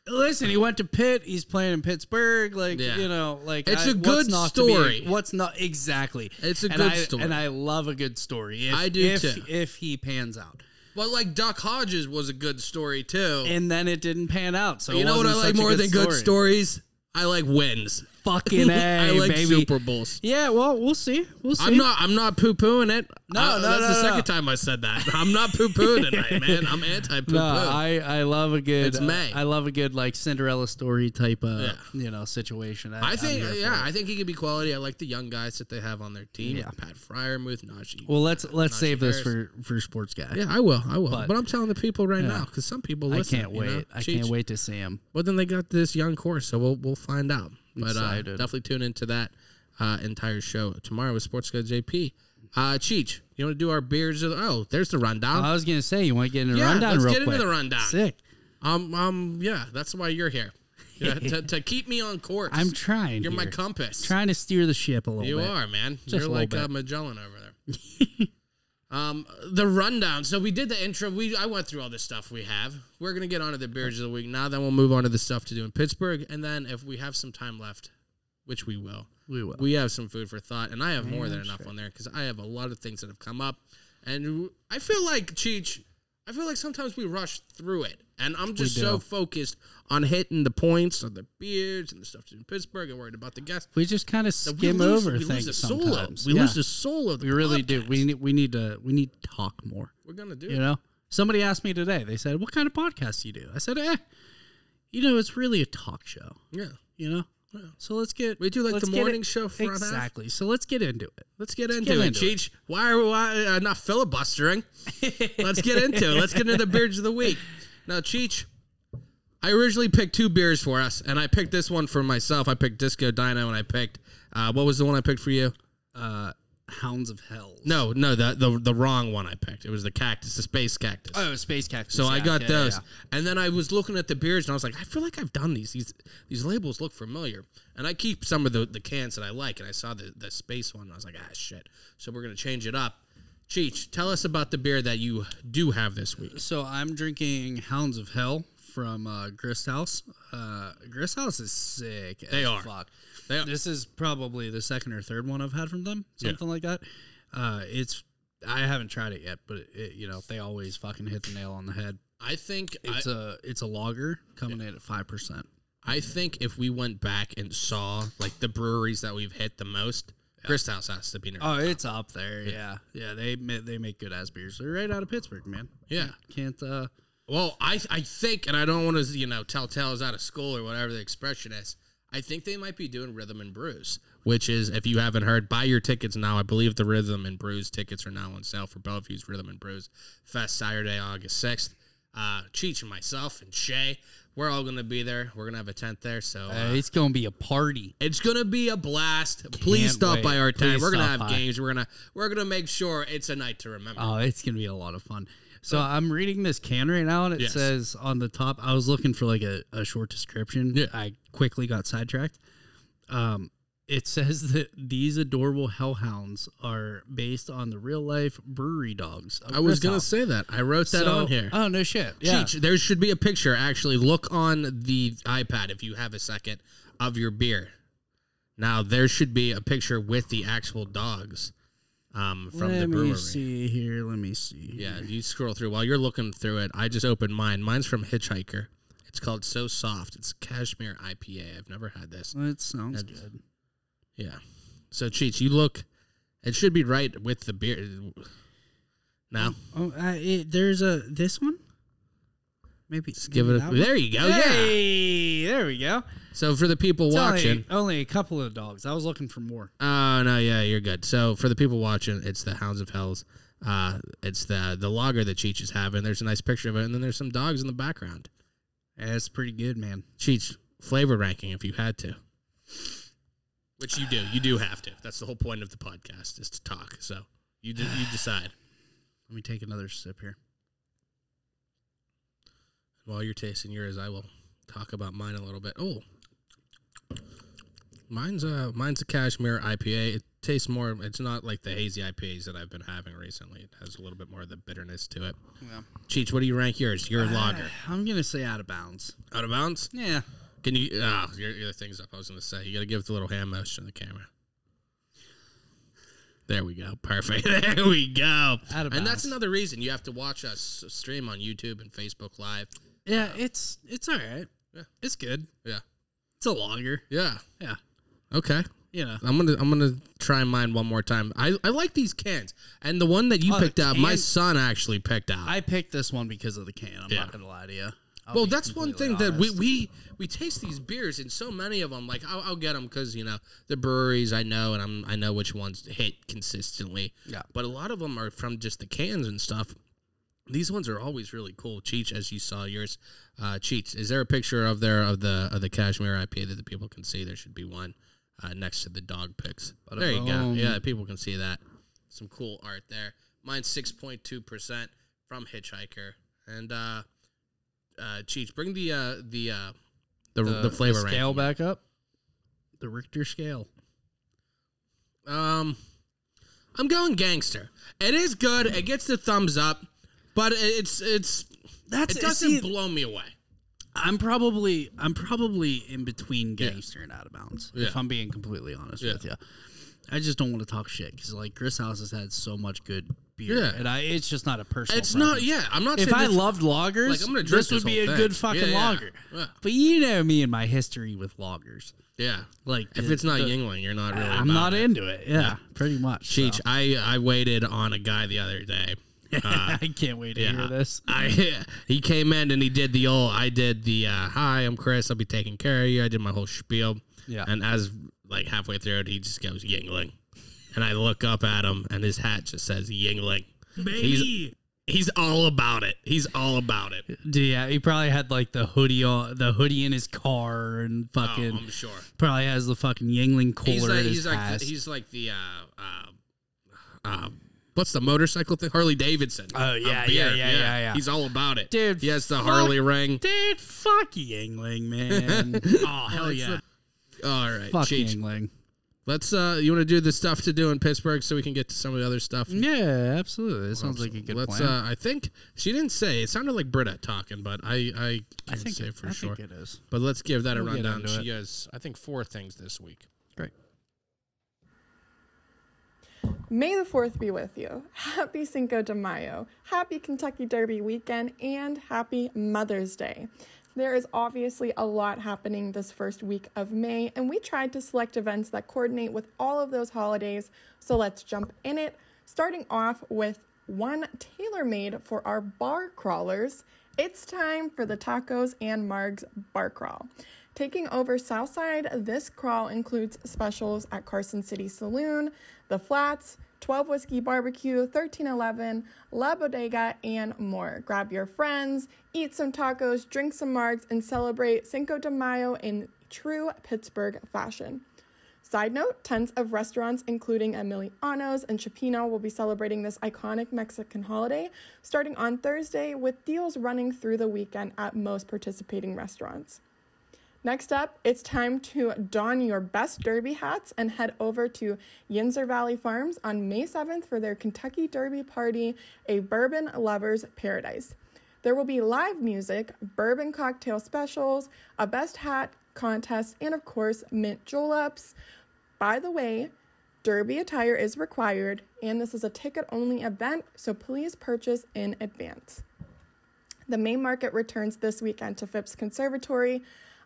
Speaker 2: Listen, he went to Pitt. He's playing in Pittsburgh. Like
Speaker 1: Yeah.
Speaker 2: you know, like
Speaker 1: It's
Speaker 2: a
Speaker 1: a good story.
Speaker 2: what's not exactly?
Speaker 1: It's a
Speaker 2: And
Speaker 1: good
Speaker 2: I-
Speaker 1: story.
Speaker 2: and I love a good story. If,
Speaker 1: I do
Speaker 2: if,
Speaker 1: too.
Speaker 2: If he pans out,
Speaker 1: well, like Doc Hodges was a good story too.
Speaker 2: and then it didn't pan out. So
Speaker 1: you
Speaker 2: it
Speaker 1: know what I
Speaker 2: wasn't
Speaker 1: like
Speaker 2: such a
Speaker 1: more than good
Speaker 2: story.
Speaker 1: stories? I like wins.
Speaker 2: Fucking a,
Speaker 1: I like
Speaker 2: baby.
Speaker 1: Super Bowls.
Speaker 2: Yeah, well, we'll see. We'll see.
Speaker 1: I'm not. I'm not poo pooing it.
Speaker 2: No,
Speaker 1: Uh,
Speaker 2: no,
Speaker 1: that's
Speaker 2: no,
Speaker 1: the
Speaker 2: no.
Speaker 1: second time I said that. I'm not poo pooing tonight, man. I'm anti poo poo.
Speaker 2: No, I, Uh, I love a good.
Speaker 1: It's May.
Speaker 2: I love a good like Cinderella story type of
Speaker 1: Yeah.
Speaker 2: you know situation. I,
Speaker 1: I
Speaker 2: I'm
Speaker 1: think,
Speaker 2: here for
Speaker 1: yeah,
Speaker 2: it.
Speaker 1: I think he could be quality. I like the young guys that they have on their team.
Speaker 2: Yeah.
Speaker 1: Pat Fryermuth, Najee.
Speaker 2: Well, let's let's
Speaker 1: Najee
Speaker 2: save this
Speaker 1: Harris.
Speaker 2: for for sports guy.
Speaker 1: yeah, I will. I will. But,
Speaker 2: But-
Speaker 1: I'm telling the people right now because some people
Speaker 2: I
Speaker 1: listen.
Speaker 2: can't
Speaker 1: you
Speaker 2: wait.
Speaker 1: know?
Speaker 2: I
Speaker 1: Cheech.
Speaker 2: can't wait to see him.
Speaker 1: Well, then they got this young course, so we'll we'll find out. But uh,
Speaker 2: Excited.
Speaker 1: definitely tune into that uh, entire show tomorrow with Sports Guy JP. Uh, Cheech, you want to do our beers? Of the, oh, there's the rundown.
Speaker 2: I was gonna say you want to get into
Speaker 1: Yeah,
Speaker 2: the rundown
Speaker 1: let's
Speaker 2: real
Speaker 1: get into
Speaker 2: quick.
Speaker 1: the rundown.
Speaker 2: Sick.
Speaker 1: um, um, yeah, that's why you're here. Yeah, to, to keep me on course.
Speaker 2: I'm trying.
Speaker 1: You're my
Speaker 2: here.
Speaker 1: compass.
Speaker 2: trying to steer the ship a little
Speaker 1: you
Speaker 2: bit.
Speaker 1: are, man.
Speaker 2: Just
Speaker 1: you're
Speaker 2: a little
Speaker 1: like uh,
Speaker 2: bit.
Speaker 1: Magellan over there. um, the rundown. So we did the intro. We I went through all this stuff we have. We're gonna get on to the beers of the week now. Then we'll move on to the stuff to do in Pittsburgh, and then if we have some time left, which we will,
Speaker 2: We will.
Speaker 1: we have some food for thought, and I have more than
Speaker 2: I'm
Speaker 1: enough
Speaker 2: sure.
Speaker 1: on there because I have a lot of things that have come up, and I feel like Cheech. I feel like sometimes we rush through it, and I'm just so
Speaker 2: do.
Speaker 1: focused on hitting the points on the beers and the stuff to do in Pittsburgh, and worried about the guests
Speaker 2: we just kind of
Speaker 1: that
Speaker 2: skim
Speaker 1: we lose,
Speaker 2: over
Speaker 1: we lose
Speaker 2: things
Speaker 1: the soul of,
Speaker 2: sometimes.
Speaker 1: we
Speaker 2: Yeah.
Speaker 1: lose the soul of the
Speaker 2: We really do.
Speaker 1: podcast.
Speaker 2: We need, we need to we need to talk more.
Speaker 1: we're gonna do
Speaker 2: You know, somebody asked me today. They said, "What kind of podcast do you do?" I said, "Eh, you know, it's really a talk show."
Speaker 1: it. yeah
Speaker 2: You know, so let's get
Speaker 1: We do like
Speaker 2: let's
Speaker 1: the
Speaker 2: get
Speaker 1: morning
Speaker 2: it-
Speaker 1: show front half.
Speaker 2: exactly. So let's get into it.
Speaker 1: let's get into
Speaker 2: get
Speaker 1: it
Speaker 2: into it.
Speaker 1: Cheech why are we why, uh, not filibustering let's get into it let's get into the beers of the week now Cheech I originally picked two beers for us and I picked this one for myself I picked Disco Dino and I picked uh, what was the one I picked for you
Speaker 2: Hounds of Hell.
Speaker 1: no no the, the the wrong one I picked it was the cactus the space cactus
Speaker 2: Oh, space cactus.
Speaker 1: So I
Speaker 2: yeah,
Speaker 1: got
Speaker 2: yeah,
Speaker 1: those,
Speaker 2: yeah.
Speaker 1: and then I was looking at the beers, and I was like, I feel like I've done these. These these labels look familiar, and I keep some of the, the cans that I like. And I saw the the space one, and I was like, ah, shit. So we're gonna change it up. Cheech, tell us about the beer that you do have this week.
Speaker 2: So I'm drinking Hounds of Hell from uh, Grist House. Uh, Grist House is sick. They
Speaker 1: are.
Speaker 2: Fuck.
Speaker 1: They are.
Speaker 2: This is probably the second or third one I've had from them, something like that. Uh, it's I haven't tried it yet, but it, you know they always fucking hit the nail on the head.
Speaker 1: I think I
Speaker 2: It's a it's a lager coming in at five percent.
Speaker 1: I think if we went back and saw like the breweries that we've hit the most, Grist House has to be near.
Speaker 2: Oh, it's up there. Yeah, yeah. They ma- they make good ass beers. They're right out of Pittsburgh, man.
Speaker 1: Yeah.
Speaker 2: Can't uh.
Speaker 1: Well, I I think, and I don't want to you know tell tales out of school or whatever the expression is. I think they might be doing Rhythm and Brews, which is if you haven't heard, buy your tickets now. I believe the Rhythm and Brews tickets are now on sale for Bellevue's Rhythm and Brews Fest Saturday, August sixth. Uh, Cheech and myself and Shay, we're all gonna be there. We're gonna have a tent there, so.
Speaker 2: Uh,
Speaker 1: Uh,
Speaker 2: it's gonna be a party.
Speaker 1: it's gonna be a blast. Please
Speaker 2: Can't
Speaker 1: stop
Speaker 2: wait.
Speaker 1: by our tent.
Speaker 2: Please
Speaker 1: We're gonna have
Speaker 2: stop by.
Speaker 1: games. We're gonna we're gonna make sure it's a night to remember.
Speaker 2: Oh, it's gonna be a lot of fun. So I'm reading this can right now, and it
Speaker 1: Yes.
Speaker 2: says on the top. I was looking for like a, a short description.
Speaker 1: Yeah.
Speaker 2: I quickly got sidetracked. Um, it says that these adorable hellhounds are based on the real life brewery dogs. of
Speaker 1: I was gonna
Speaker 2: Christoph.
Speaker 1: say that. I wrote that
Speaker 2: So-
Speaker 1: on here.
Speaker 2: Oh no shit! Yeah.
Speaker 1: Cheech, there should be a picture. Actually, look on the iPad if you have a second of your beer. Now there should be a picture with the actual dogs um, from
Speaker 2: Let
Speaker 1: the brewery.
Speaker 2: me see here. Let me see.
Speaker 1: Yeah, you scroll through while you're looking through it. I just opened mine. Mine's from Hitchhiker. It's called So Soft. It's Cashmere IPA. I've never had this.
Speaker 2: That sounds
Speaker 1: That's-
Speaker 2: good.
Speaker 1: Yeah. So Cheech, you look. It should be right with the beer. Now,
Speaker 2: Oh, uh, it, there's a this one. Maybe
Speaker 1: just give it. A, there you go. Oh, Yeah.
Speaker 2: Hey, there we go.
Speaker 1: So for the people
Speaker 2: It's only-
Speaker 1: watching,
Speaker 2: Only, a couple of dogs. I was looking for more.
Speaker 1: Oh no, yeah, you're good. So for the people watching, it's the Hounds of Hell's. Uh, it's the the logger that Cheech is having. There's a nice picture of it, and then there's some dogs in the background.
Speaker 2: That's pretty good, man.
Speaker 1: Cheech, flavor ranking if you had to. Which you do. You do have to. That's the whole point of the podcast is to talk. So you do, you decide.
Speaker 2: Let me take another sip here.
Speaker 1: While you're tasting yours, I will talk about mine a little bit. Oh, mine's a mine's a cashmere IPA. It tastes more. It's not like the hazy IPAs that I've been having recently. It has a little bit more of the bitterness to it.
Speaker 2: Yeah.
Speaker 1: Cheech, what do you rank yours?
Speaker 2: Ah.
Speaker 1: Your lager
Speaker 2: I'm gonna say out of bounds.
Speaker 1: out of bounds?
Speaker 2: Yeah.
Speaker 1: Can you? Ah, your, your thing's up. I was gonna say you gotta give the little hand motion to the camera. There we go. Perfect. There we go.
Speaker 2: Out of
Speaker 1: and that's
Speaker 2: bounds.
Speaker 1: another reason you have to watch us stream on YouTube and Facebook Live.
Speaker 2: Yeah, it's it's all right.
Speaker 1: Yeah.
Speaker 2: It's good.
Speaker 1: Yeah.
Speaker 2: It's a longer.
Speaker 1: Yeah.
Speaker 2: Yeah.
Speaker 1: Okay.
Speaker 2: You know.
Speaker 1: I'm gonna I'm gonna try mine one more time. I, I like these cans. And the one that you
Speaker 2: Oh, the
Speaker 1: picked out, my
Speaker 2: can-
Speaker 1: son actually picked out.
Speaker 2: I picked this one because of the can. I'm
Speaker 1: Yeah.
Speaker 2: not gonna lie to you. I'll
Speaker 1: well,
Speaker 2: be
Speaker 1: that's one thing
Speaker 2: completely
Speaker 1: that we,
Speaker 2: honest.
Speaker 1: we we taste these beers, and so many of them, like I'll, I'll get them because you know the breweries I know, and I'm I know which ones hit consistently.
Speaker 2: Yeah.
Speaker 1: But a lot of them are from just the cans and stuff. These ones are always really cool. Cheech, as you saw yours, uh, Cheech, is there a picture of there of the of the cashmere IPA that the people can see? There should be one uh, next to the dog pics. There you go.
Speaker 2: boom.
Speaker 1: Yeah, people can see that. Some cool art there. Mine's six point two percent from Hitchhiker, and uh, uh, Cheech, bring the uh, the uh, the, the, flavor
Speaker 2: scale
Speaker 1: ranking.
Speaker 2: back up. The Richter scale.
Speaker 1: Um, I'm going gangster. It is good. It gets the thumbs up, but it- it's it's
Speaker 2: That's
Speaker 1: it doesn't
Speaker 2: see,
Speaker 1: blow me away.
Speaker 2: I'm probably I'm probably in between gangster and out of bounds.
Speaker 1: Yeah.
Speaker 2: If I'm being completely honest
Speaker 1: Yeah.
Speaker 2: with you, I just don't want to talk shit because like Chris House has had so much good beer,
Speaker 1: Yeah.
Speaker 2: and I it's just not a personal.
Speaker 1: It's not.
Speaker 2: preference.
Speaker 1: Yeah, I'm not.
Speaker 2: If
Speaker 1: saying
Speaker 2: I
Speaker 1: this-
Speaker 2: loved lagers,
Speaker 1: Like, I'm gonna drink
Speaker 2: this would
Speaker 1: this
Speaker 2: be
Speaker 1: whole
Speaker 2: a
Speaker 1: thing.
Speaker 2: good fucking
Speaker 1: Yeah, yeah.
Speaker 2: lager.
Speaker 1: Yeah.
Speaker 2: But you know me and my history with lagers.
Speaker 1: yeah,
Speaker 2: Like
Speaker 1: if
Speaker 2: the-
Speaker 1: it's not
Speaker 2: the-
Speaker 1: Yingling, you're not really.
Speaker 2: I'm
Speaker 1: about
Speaker 2: not
Speaker 1: it.
Speaker 2: into it. Yeah, pretty much. so.
Speaker 1: Cheech, I I waited on a guy the other day. Uh,
Speaker 2: I can't wait to
Speaker 1: yeah.
Speaker 2: hear this.
Speaker 1: I he came in and he did the old. I did the uh, hi, I'm Chris. I'll be taking care of you. I did my whole spiel.
Speaker 2: Yeah.
Speaker 1: And as like halfway through it, he just goes Yingling, and I look up at him, and his hat just says Yingling. He's he's all about it. He's all about it.
Speaker 2: Yeah, he probably had like the hoodie on, the hoodie in his car, and
Speaker 1: Oh,
Speaker 2: fucking
Speaker 1: I'm sure.
Speaker 2: probably has the fucking Yingling cooler.
Speaker 1: He's like
Speaker 2: in his
Speaker 1: he's like
Speaker 2: ass.
Speaker 1: the, he's like the uh, uh, uh, what's the motorcycle thing? Harley Davidson.
Speaker 2: Oh,
Speaker 1: A
Speaker 2: yeah, yeah,
Speaker 1: beard,
Speaker 2: yeah, yeah, yeah.
Speaker 1: He's all about it,
Speaker 2: Dude,
Speaker 1: He has the
Speaker 2: fuck
Speaker 1: Harley ring.
Speaker 2: dude. Fuck Yingling, man. oh hell yeah,
Speaker 1: All right,
Speaker 2: fuck
Speaker 1: Cheech.
Speaker 2: Yingling.
Speaker 1: Let's uh you want to do the stuff to do in Pittsburgh so we can get to some of the other stuff.
Speaker 2: Yeah, absolutely. That sounds like a good
Speaker 1: Let's
Speaker 2: plan.
Speaker 1: uh I think she didn't say it sounded like Britta talking, but I I
Speaker 2: I
Speaker 1: can't
Speaker 2: think
Speaker 1: say
Speaker 2: it,
Speaker 1: for
Speaker 2: I
Speaker 1: sure.
Speaker 2: think it is.
Speaker 1: But let's give that a
Speaker 2: We'll get
Speaker 1: rundown.
Speaker 2: into
Speaker 1: She has I think four things this week.
Speaker 2: Great.
Speaker 3: May the 4th be with you. Happy Cinco de Mayo. Happy Kentucky Derby weekend and happy Mother's Day. There is obviously a lot happening this first week of May, and we tried to select events that coordinate with all of those holidays. So let's jump in it, starting off with one tailor made for our bar crawlers. It's time for the Tacos and Margs Bar Crawl. Taking over Southside, this crawl includes specials at Carson City Saloon, The Flats, 12 Whiskey Barbecue, 1311, La Bodega, and more. Grab your friends, eat some tacos, drink some margs, and celebrate Cinco de Mayo in true Pittsburgh fashion. Side note, tons of restaurants, including Emiliano's and Chipino, will be celebrating this iconic Mexican holiday starting on Thursday with deals running through the weekend at most participating restaurants. Next up, it's time to don your best derby hats and head over to Yinzer Valley Farms on May 7th for their Kentucky Derby Party, a bourbon lover's paradise. There will be live music, bourbon cocktail specials, a best hat contest, and of course, mint juleps. By the way, derby attire is required, and this is a ticket only event, so please purchase in advance. The May Market returns this weekend to Phipps Conservatory.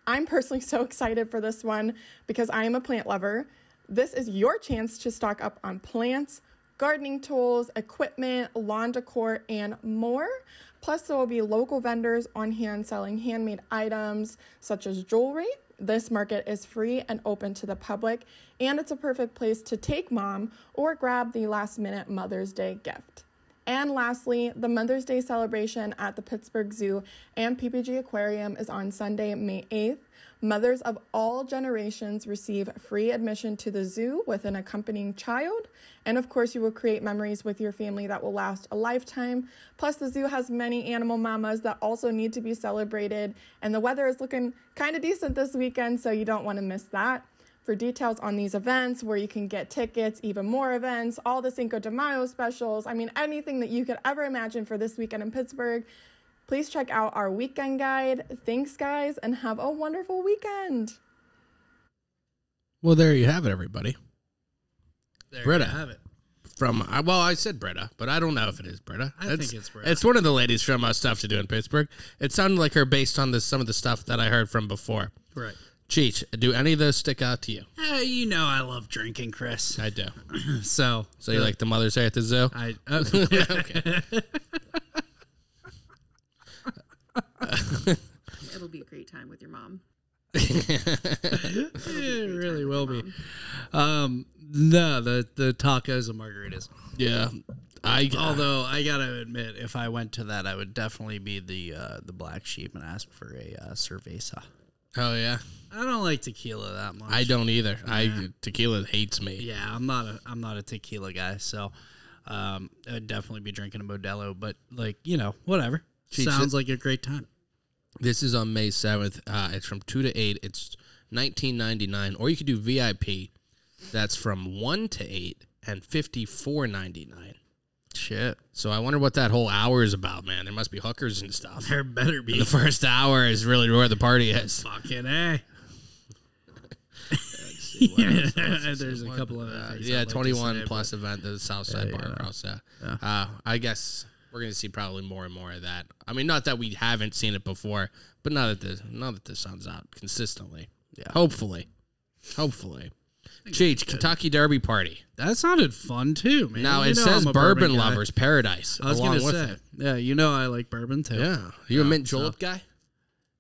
Speaker 3: I'm personally so excited for this one because I am a plant lover. This is your chance to stock up on plants, gardening tools, equipment, lawn decor, and more. Plus, there will be local vendors on hand selling handmade items such as jewelry. This market is free and open to the public, and it's a perfect place to take mom or grab the last minute Mother's Day gift. And lastly, the Mother's Day celebration at the Pittsburgh Zoo and PPG Aquarium is on Sunday, May 8th. Mothers of all generations receive free admission to the zoo with an accompanying child. And of course, you will create memories with your family that will last a lifetime. Plus, the zoo has many animal mamas that also need to be celebrated. And the weather is looking kind of decent this weekend, so you don't want to miss that. For details on these events, where you can get tickets, even more events, all the Cinco de Mayo specials, I mean, anything that you could ever imagine for this weekend in Pittsburgh, please check out our weekend guide. Thanks, guys, and have a wonderful weekend.
Speaker 1: Well, there you have it, everybody.
Speaker 2: There
Speaker 1: Britta.
Speaker 2: you have it.
Speaker 1: From I- well, I said Britta, but I don't know if it is Britta.
Speaker 2: I think it's Britta.
Speaker 1: It's one of the ladies from uh, stuff to do in Pittsburgh. It sounded like her based on the, some of the stuff that I heard from before.
Speaker 2: Right.
Speaker 1: Cheech, do any of those stick out to you?
Speaker 2: Uh, you know I love drinking, Chris.
Speaker 1: I do.
Speaker 2: So,
Speaker 1: So you like the Mother's Day at the zoo?
Speaker 2: I uh,
Speaker 4: It'll be a great time with your mom.
Speaker 2: it really will be. Um, no, the the tacos and margaritas.
Speaker 1: yeah. I
Speaker 2: Although I gotta admit, if I went to that, I would definitely be the uh, the black sheep and ask for a uh, cerveza.
Speaker 1: oh yeah.
Speaker 2: I don't like tequila that much.
Speaker 1: I don't either. I tequila hates me.
Speaker 2: Yeah, I'm not a I'm not a tequila guy, so um, I'd definitely be drinking a Modelo. But like you know, whatever.
Speaker 1: Cheeks
Speaker 2: Sounds like a great time.
Speaker 1: This is on May 7th. Uh, it's from 2 to 8. It's 19.99 or you could do VIP. That's from 1 to 8 and 54.99.
Speaker 2: Shit,
Speaker 1: So I wonder what that whole hour is about, man. There must be hookers and stuff.
Speaker 2: there better be
Speaker 1: The first hour is really where the party is.
Speaker 2: fucking a. There's a couple of
Speaker 1: Uh, yeah, 21 plus event, the South Side Bar across there. Uh, I guess we're going to see probably more and more of that. I mean, not that we haven't seen it before, but now that this, now that this sounds out consistently.
Speaker 2: Yeah.
Speaker 1: Hopefully. Hopefully. Cheech, Kentucky Derby Party.
Speaker 2: That sounded fun too, man.
Speaker 1: Now,
Speaker 2: You
Speaker 1: it
Speaker 2: know
Speaker 1: says
Speaker 2: I'm a
Speaker 1: Bourbon
Speaker 2: guy.
Speaker 1: Lovers Paradise.
Speaker 2: I was
Speaker 1: along
Speaker 2: gonna
Speaker 1: with
Speaker 2: say,
Speaker 1: it.
Speaker 2: yeah, you know I like bourbon too.
Speaker 1: Yeah. You a mint julep guy?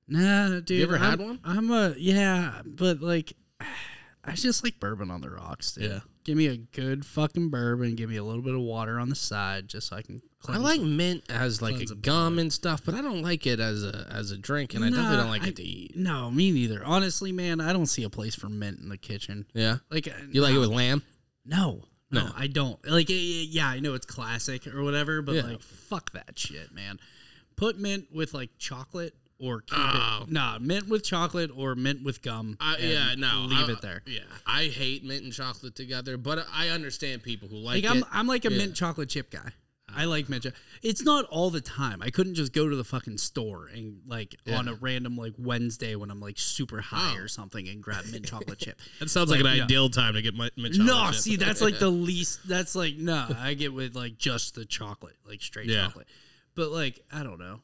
Speaker 2: Nah, dude.
Speaker 1: ever
Speaker 2: I'm,
Speaker 1: had one?
Speaker 2: I'm a yeah, but like, I just like bourbon on the rocks. Dude.
Speaker 1: Yeah.
Speaker 2: give me a good fucking bourbon. Give me a little bit of water on the side, just so I can.
Speaker 1: I
Speaker 2: cleanse
Speaker 1: like
Speaker 2: it.
Speaker 1: mint as like a
Speaker 2: cleanse a
Speaker 1: gum and stuff, but I don't like it as a as a drink, and I definitely
Speaker 2: Nah,
Speaker 1: don't like
Speaker 2: I-
Speaker 1: it to eat.
Speaker 2: No, me neither. Honestly, man, I don't see a place for mint in the kitchen.
Speaker 1: Yeah,
Speaker 2: Like uh,
Speaker 1: you like it with lamb?
Speaker 2: no, no,
Speaker 1: No.
Speaker 2: I don't. Like eh, eh, yeah, I know it's classic or whatever, but
Speaker 1: Yeah.
Speaker 2: like fuck that shit, man. Put mint with like chocolate. Or keep
Speaker 1: Oh.
Speaker 2: it. Nah, mint with chocolate or mint with gum.
Speaker 1: I,
Speaker 2: and
Speaker 1: yeah, no,
Speaker 2: Leave
Speaker 1: I-
Speaker 2: it there.
Speaker 1: Yeah, I hate mint and chocolate together, but I understand people who like,
Speaker 2: Like I'm,
Speaker 1: it.
Speaker 2: I'm like a
Speaker 1: Yeah.
Speaker 2: mint chocolate chip guy. I like mint. Cho- it's not all the time. I couldn't just go to the fucking store and like
Speaker 1: Yeah. Oh.
Speaker 2: on a random like Wednesday when I'm like super high or something and grab mint chocolate chip.
Speaker 1: That sounds
Speaker 2: like, no.
Speaker 1: ideal time to get my mint
Speaker 2: No, see that's like the least. That's like no. I get with like just the chocolate, like straight
Speaker 1: Yeah.
Speaker 2: chocolate. But like I don't know,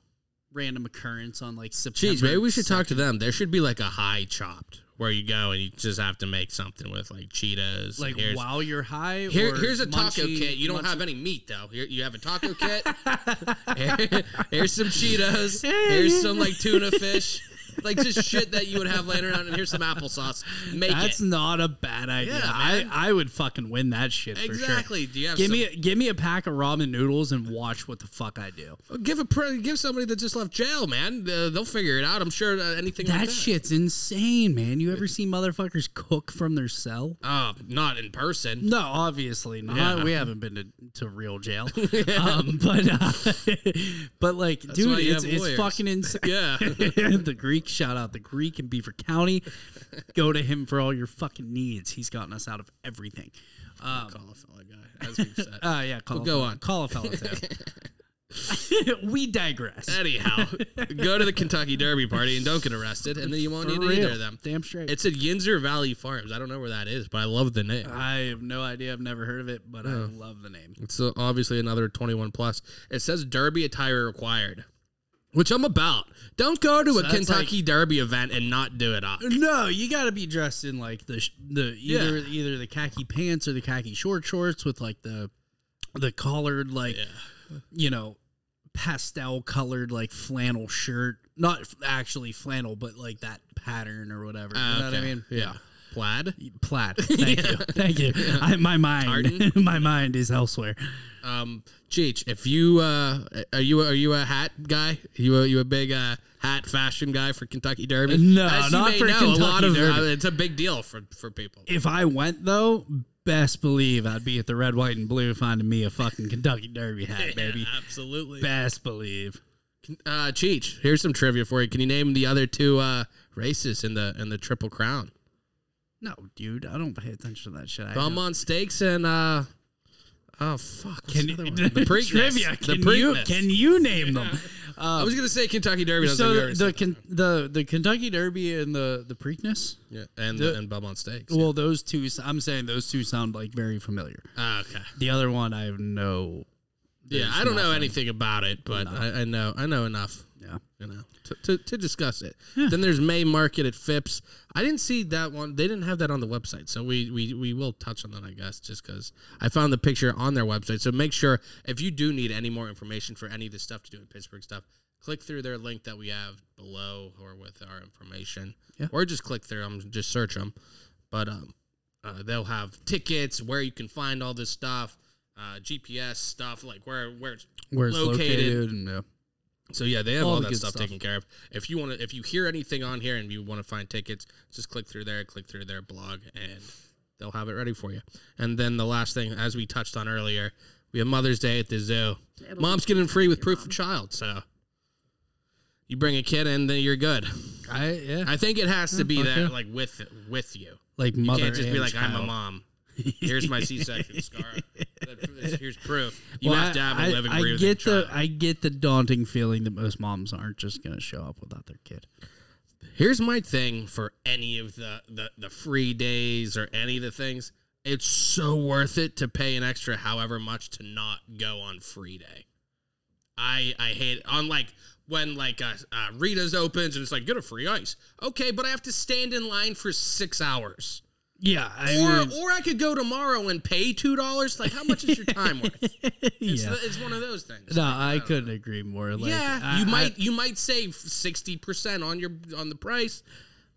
Speaker 2: random occurrence on like September.
Speaker 1: Jeez, maybe we should talk to them. There should be like a high chopped where you go and you just have to make something with like Cheetos.
Speaker 2: like
Speaker 1: and here's,
Speaker 2: while you're high.
Speaker 1: Here,
Speaker 2: or
Speaker 1: here's a taco
Speaker 2: munchy-
Speaker 1: kit. You don't have any meat though. Here, you have a taco kit. Here- here's some Cheetos. Here's some like tuna fish, like just shit that you would have laying around. And here's some applesauce. Make
Speaker 2: That's
Speaker 1: it
Speaker 2: not a bad idea.
Speaker 1: Yeah,
Speaker 2: I,
Speaker 1: man.
Speaker 2: I would fucking win that shit for sure.
Speaker 1: exactly. Do you have
Speaker 2: Give
Speaker 1: some-
Speaker 2: me a, give me a pack of ramen noodles and watch what the fuck I do.
Speaker 1: Well, give a pr- give somebody that just left jail, man. Uh, they'll figure it out. I'm sure uh, anything. like
Speaker 2: That
Speaker 1: that.
Speaker 2: shit's insane, man. You ever see motherfuckers cook from their cell?
Speaker 1: Uh, not in person.
Speaker 2: No, obviously not.
Speaker 1: Yeah.
Speaker 2: We haven't been to, to real jail, um, but uh, but like, dude,
Speaker 1: why you
Speaker 2: it's,
Speaker 1: have
Speaker 2: it's
Speaker 1: lawyers.
Speaker 2: fucking insane.
Speaker 1: Yeah.
Speaker 2: the Greek, shout out the Greek in Beaver County. Go to him for all your fucking needs. He's gotten us out of everything. Um,
Speaker 1: Call a fella guy, as we've said.
Speaker 2: uh, yeah, call
Speaker 1: Well,
Speaker 2: a
Speaker 1: go
Speaker 2: fella-
Speaker 1: on.
Speaker 2: Call a fella. too. we digress.
Speaker 1: Anyhow, go to the Kentucky Derby party and don't get arrested, and then you won't
Speaker 2: For
Speaker 1: need to either
Speaker 2: real.
Speaker 1: of them.
Speaker 2: Damn straight.
Speaker 1: It's at Yinzer Valley Farms. I don't know where that is, but I love the name.
Speaker 2: I have no idea. I've never heard of it, but I love the name.
Speaker 1: It's uh, obviously another 21 plus. It says derby attire required, which I'm about. Don't go to a
Speaker 2: that's
Speaker 1: Kentucky Derby event and not do it up.
Speaker 2: No, you got to be dressed in like the sh- the either either the khaki pants or the khaki short shorts with like the the collared like you know pastel colored like flannel shirt. Not f- actually flannel, but like that pattern or whatever.
Speaker 1: Uh,
Speaker 2: you know what I
Speaker 1: okay.
Speaker 2: mean?
Speaker 1: Yeah. Plaid?
Speaker 2: Plaid. Thank you. Thank you. I, my mind,
Speaker 1: Tartan?
Speaker 2: my mind is elsewhere.
Speaker 1: Um, Cheech, if you uh, are you are you a hat guy? You a, you a big uh, hat fashion guy for Kentucky Derby?
Speaker 2: No,
Speaker 1: As you
Speaker 2: not
Speaker 1: may
Speaker 2: for
Speaker 1: know, a lot
Speaker 2: Kentucky
Speaker 1: of
Speaker 2: Derby.
Speaker 1: uh, it's a big deal for for people.
Speaker 2: If I went though, best believe I'd be at the red, white, and blue finding me a fucking Kentucky Derby hat, baby.
Speaker 1: Absolutely.
Speaker 2: Best believe.
Speaker 1: Uh, Cheech, here's some trivia for you. Can you name the other two uh, races in the in the Triple Crown?
Speaker 2: No, dude, I don't pay attention to that shit. I know.
Speaker 1: Belmont Stakes and uh, oh fuck,
Speaker 2: Can you,
Speaker 1: another one? the Preakness.
Speaker 2: trivia?
Speaker 1: The
Speaker 2: Can you
Speaker 1: Preakness.
Speaker 2: can you name them? Uh,
Speaker 1: I was gonna say Kentucky Derby.
Speaker 2: So
Speaker 1: So
Speaker 2: the Ken- the the Kentucky Derby and the the Preakness.
Speaker 1: yeah, and and Belmont Stakes.
Speaker 2: Well, those two. I'm saying those two sound like very familiar.
Speaker 1: Ah, okay.
Speaker 2: The other one, I have no.
Speaker 1: Yeah, I don't know anything about it, but I, I know I know enough.
Speaker 2: Yeah.
Speaker 1: You know, to, to, to discuss it. Then there's May Market at Phipps. I didn't see that one. They didn't have that on the website, so we we, we will touch on that, I guess, just because I found the picture on their website. So make sure if you do need any more information for any of the stuff to do in Pittsburgh stuff, click through their link that we have below or with our information,
Speaker 2: Yeah.
Speaker 1: or just click through them, just search them. But um, uh, they'll have tickets where you can find all this stuff, uh, GPS stuff, like where where it's
Speaker 2: Where it's
Speaker 1: Located.
Speaker 2: located, and yeah.
Speaker 1: so yeah, they have all,
Speaker 2: All the
Speaker 1: that
Speaker 2: good
Speaker 1: stuff,
Speaker 2: stuff.
Speaker 1: taken care of. If you want to, if you hear anything on here and you want to find tickets, just click through there, click through their blog, and they'll have it ready for you. And then the last thing, as we touched on earlier, we have Mother's Day at the zoo.
Speaker 4: It'll
Speaker 1: Mom's
Speaker 4: be-
Speaker 1: getting free with
Speaker 4: your
Speaker 1: proof
Speaker 4: mom.
Speaker 1: of child, so you bring a kid in, then you're good.
Speaker 2: I yeah.
Speaker 1: I think it has to be
Speaker 2: fuck
Speaker 1: that
Speaker 2: yeah.
Speaker 1: like with with you.
Speaker 2: like
Speaker 1: You
Speaker 2: mother
Speaker 1: can't just be
Speaker 2: and
Speaker 1: like I'm a
Speaker 2: child.
Speaker 1: mom. Here's my C-section scar. That- Here's proof. You
Speaker 2: Well,
Speaker 1: have to have a
Speaker 2: I-
Speaker 1: living,
Speaker 2: I,
Speaker 1: breathing
Speaker 2: get
Speaker 1: child.
Speaker 2: the I get the daunting feeling that most moms aren't just gonna show up without their kid.
Speaker 1: Here's my thing for any of the, the the free days or any of the things. It's so worth it to pay an extra however much to not go on free day. I I hate on like when like uh, uh, Rita's opens and it's like get a free ice. Okay, but I have to stand in line for six hours.
Speaker 2: Yeah, I
Speaker 1: Or or I could go tomorrow and pay two dollars. Like how much is your time worth? It's,
Speaker 2: yeah.
Speaker 1: it's one of those things.
Speaker 2: No, I couldn't agree more. Like,
Speaker 1: yeah,
Speaker 2: I-
Speaker 1: you
Speaker 2: I-
Speaker 1: might you might save sixty percent on your on the price,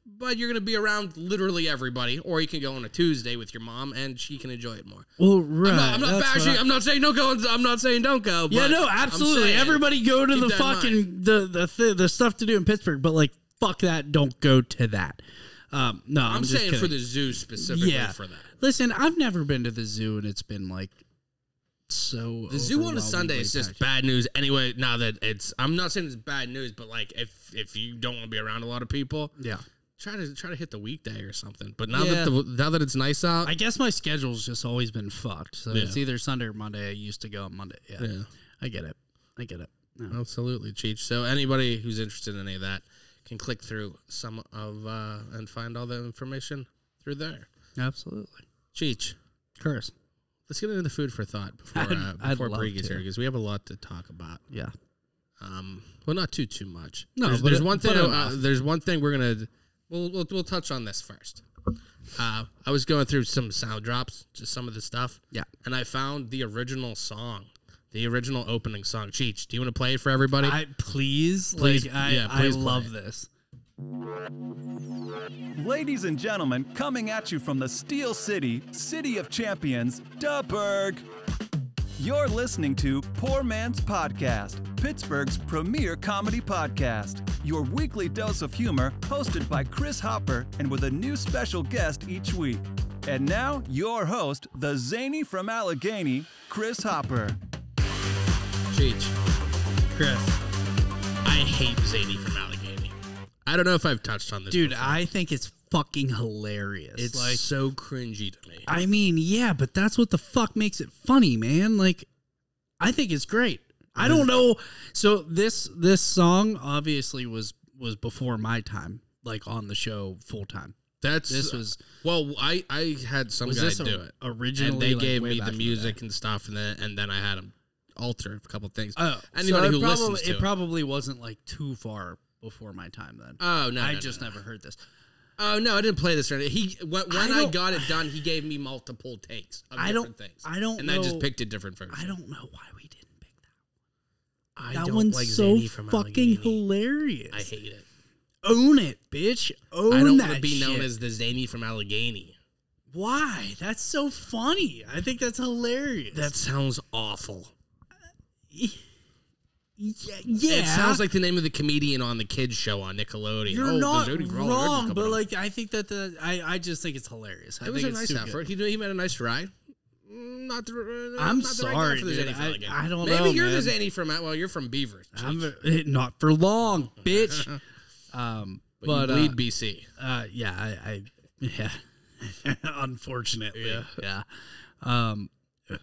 Speaker 1: but you're gonna be around literally everybody. Or you can go on a Tuesday with your mom, and she can enjoy it more.
Speaker 2: well, right.
Speaker 1: No, I'm not
Speaker 2: that's what
Speaker 1: bashing.
Speaker 2: I-
Speaker 1: I'm not saying no go. I'm not saying don't go.
Speaker 2: yeah,
Speaker 1: but
Speaker 2: no,
Speaker 1: I'm
Speaker 2: absolutely.
Speaker 1: saying-
Speaker 2: Everybody go to
Speaker 1: keep
Speaker 2: the
Speaker 1: that in mind.
Speaker 2: fucking the the th- the stuff to do in Pittsburgh, but like fuck that. Don't go to that. Um, no, I'm,
Speaker 1: I'm,
Speaker 2: just
Speaker 1: saying for
Speaker 2: kidding.
Speaker 1: the zoo specifically
Speaker 2: Yeah.
Speaker 1: for that.
Speaker 2: Listen, I've never been to the zoo, and it's been like so.
Speaker 1: The zoo on a Sunday is just bad news anyway. Now that it's, I'm not saying it's bad news, but like if if you don't want to be around a lot of people,
Speaker 2: Yeah,
Speaker 1: try to try to hit the weekday or something. But now
Speaker 2: Yeah.
Speaker 1: that the, now that it's nice out,
Speaker 2: I guess my schedule's just always been fucked. So
Speaker 1: Yeah.
Speaker 2: it's either Sunday or Monday. I used to go on Monday. Yeah,
Speaker 1: yeah.
Speaker 2: I get it. I get it. No.
Speaker 1: Absolutely, Cheech. So anybody who's interested in any of that can click through some of uh, and find all the information through there.
Speaker 2: Absolutely.
Speaker 1: Cheech,
Speaker 2: Curse.
Speaker 1: let's get into the food for thought before
Speaker 2: I'd-
Speaker 1: uh,
Speaker 2: I'd
Speaker 1: before
Speaker 2: love
Speaker 1: Bree gets
Speaker 2: to.
Speaker 1: here because we have a lot to talk about.
Speaker 2: Yeah.
Speaker 1: Um, well, not too too much.
Speaker 2: No,
Speaker 1: there's,
Speaker 2: but-
Speaker 1: there's one
Speaker 2: but
Speaker 1: thing. Uh,
Speaker 2: enough.
Speaker 1: there's one thing we're gonna we'll we'll, we'll touch on this first. Uh, I was going through some sound drops, just some of the stuff.
Speaker 2: Yeah.
Speaker 1: and I found the original song, the original opening song. Cheech, do you want to play it for everybody?
Speaker 2: I please,
Speaker 1: Please,
Speaker 2: like I,
Speaker 1: yeah, please
Speaker 2: I
Speaker 1: play
Speaker 2: love
Speaker 1: it.
Speaker 2: this.
Speaker 5: Ladies and gentlemen, coming at you from the Steel City, City of Champions, Duburg. You're listening to Poor Man's Podcast, Pittsburgh's premier comedy podcast. Your weekly dose of humor, hosted by Chris Hopper and with a new special guest each week. And now, your host, the zany from Allegheny, Chris Hopper.
Speaker 1: Cheech.
Speaker 2: Chris,
Speaker 1: I hate Zany from Allegheny. I don't know if I've touched on this,
Speaker 2: dude,
Speaker 1: before.
Speaker 2: I think it's fucking hilarious.
Speaker 1: It's
Speaker 2: like,
Speaker 1: so cringy to me.
Speaker 2: I mean, yeah, but that's what the fuck makes it funny, man. Like, I think it's great. I don't know. So this this song obviously was was before my time, like on the show full time.
Speaker 1: That's
Speaker 2: This was
Speaker 1: well, I I had some
Speaker 2: was
Speaker 1: guy
Speaker 2: this
Speaker 1: do it,
Speaker 2: originally.
Speaker 1: and they
Speaker 2: like,
Speaker 1: gave
Speaker 2: way
Speaker 1: me
Speaker 2: back
Speaker 1: the
Speaker 2: in
Speaker 1: music
Speaker 2: day?
Speaker 1: and stuff, and then and then I had him alter a couple things.
Speaker 2: Oh,
Speaker 1: Anybody
Speaker 2: so
Speaker 1: who
Speaker 2: it probably,
Speaker 1: listens to it.
Speaker 2: it probably wasn't like too far before my time then.
Speaker 1: oh no,
Speaker 2: I
Speaker 1: no,
Speaker 2: just
Speaker 1: no.
Speaker 2: never heard this.
Speaker 1: Oh no, I didn't play this. Right. He when, when I,
Speaker 2: don't-
Speaker 1: got it done, he gave me multiple takes. Of
Speaker 2: I
Speaker 1: different
Speaker 2: don't-
Speaker 1: Things.
Speaker 2: I don't
Speaker 1: And I just
Speaker 2: know-
Speaker 1: picked a different version.
Speaker 2: I don't know why we didn't pick that.
Speaker 1: I
Speaker 2: that
Speaker 1: don't
Speaker 2: one's
Speaker 1: like
Speaker 2: so
Speaker 1: Zany from
Speaker 2: fucking
Speaker 1: Allegheny.
Speaker 2: hilarious.
Speaker 1: I hate it.
Speaker 2: Own it, bitch. Own
Speaker 1: I don't
Speaker 2: that
Speaker 1: want to be known
Speaker 2: shit.
Speaker 1: as the Zany from Allegheny.
Speaker 2: Why? That's so funny. I think that's hilarious.
Speaker 1: That sounds awful.
Speaker 2: yeah. yeah.
Speaker 1: It sounds like the name of the comedian on the kids show on Nickelodeon.
Speaker 2: you're
Speaker 1: oh, the
Speaker 2: not
Speaker 1: Jody Brawler Redman
Speaker 2: wrong, but
Speaker 1: coming up.
Speaker 2: like I think that the I, I just think it's hilarious.
Speaker 1: it
Speaker 2: I think
Speaker 1: was a
Speaker 2: it's
Speaker 1: nice
Speaker 2: too
Speaker 1: effort. He he made a nice ride. Mm, Not the, uh,
Speaker 2: I'm
Speaker 1: not the right guy
Speaker 2: sorry,
Speaker 1: for the
Speaker 2: dude.
Speaker 1: Zany
Speaker 2: I-
Speaker 1: Fella game.
Speaker 2: I don't
Speaker 1: Maybe
Speaker 2: know,
Speaker 1: Maybe you're the
Speaker 2: man.
Speaker 1: Zany from well, you're from Beaver,
Speaker 2: Good. I'm eh, not for long, bitch. um,
Speaker 1: but,
Speaker 2: but
Speaker 1: you
Speaker 2: uh,
Speaker 1: bleed BC.
Speaker 2: uh, yeah, I, I yeah, unfortunately, yeah, Um,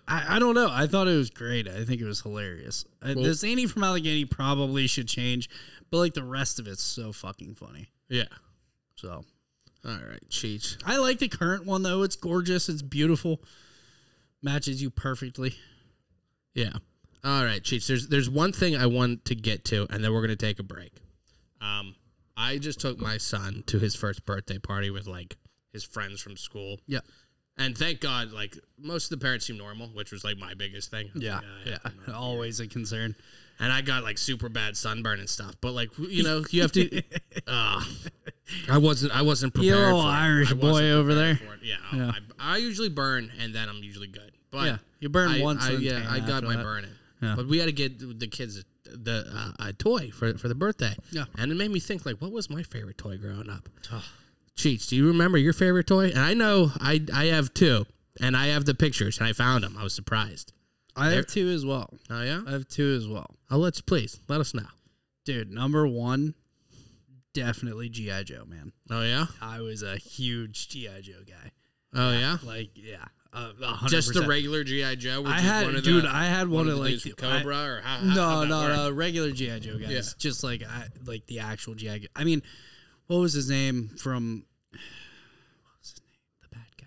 Speaker 2: I, I don't know. I thought it was great. I think it was hilarious. Uh
Speaker 1: Well-
Speaker 2: this Annie from Allegheny probably should change, but like the rest of it's so fucking funny.
Speaker 1: Yeah.
Speaker 2: So
Speaker 1: All right, Cheech.
Speaker 2: I like the current one though. It's gorgeous. It's beautiful. Matches you perfectly.
Speaker 1: Yeah. All right, Cheech. There's there's one thing I want to get to, and then we're gonna take a break. Um, I just took my son to his first birthday party with like his friends from school.
Speaker 2: Yeah.
Speaker 1: And thank God, like most of the parents seem normal, which was like my biggest thing. I was
Speaker 2: Yeah,
Speaker 1: like, "Ah,
Speaker 2: yeah,
Speaker 1: I'm not
Speaker 2: always a concern.
Speaker 1: and I got like super bad sunburn and stuff. But like you know, you have to. uh, I wasn't. I wasn't
Speaker 2: You
Speaker 1: prepared.
Speaker 2: little
Speaker 1: for it.
Speaker 2: Irish
Speaker 1: I wasn't
Speaker 2: boy over
Speaker 1: prepared
Speaker 2: there.
Speaker 1: for it. Yeah, I, I usually burn, and then I'm usually good. But
Speaker 2: Yeah, you burn
Speaker 1: I-
Speaker 2: once
Speaker 1: I,
Speaker 2: and
Speaker 1: yeah,
Speaker 2: tan
Speaker 1: I got
Speaker 2: after
Speaker 1: my
Speaker 2: that.
Speaker 1: burn in.
Speaker 2: Yeah.
Speaker 1: But we had to get the kids the uh, a toy for for the birthday.
Speaker 2: Yeah.
Speaker 1: and it made me think like, what was my favorite toy growing up? Cheats, do you remember your favorite toy? And I know I I have two, and I have the pictures, and I found them. I was surprised.
Speaker 2: I have two as well.
Speaker 1: Oh yeah,
Speaker 2: I have two as well,
Speaker 1: I'll let you please let us know.
Speaker 2: dude. Number one, definitely GI Joe, man.
Speaker 1: Oh yeah,
Speaker 2: I was a huge GI Joe guy.
Speaker 1: oh yeah.
Speaker 2: Like, yeah, uh, a hundred
Speaker 1: Just the
Speaker 2: percent.
Speaker 1: regular GI Joe. Which
Speaker 2: I
Speaker 1: is
Speaker 2: had,
Speaker 1: one of the,
Speaker 2: dude. I had one,
Speaker 1: one
Speaker 2: of
Speaker 1: the
Speaker 2: like
Speaker 1: dudes with
Speaker 2: the- I-
Speaker 1: Cobra or how, how,
Speaker 2: no,
Speaker 1: how'd that
Speaker 2: no,
Speaker 1: work?
Speaker 2: no, regular GI Joe guys.
Speaker 1: Yeah.
Speaker 2: Just like I, like the actual GI. Joe. I mean, what was his name from? What was his name? The bad guy,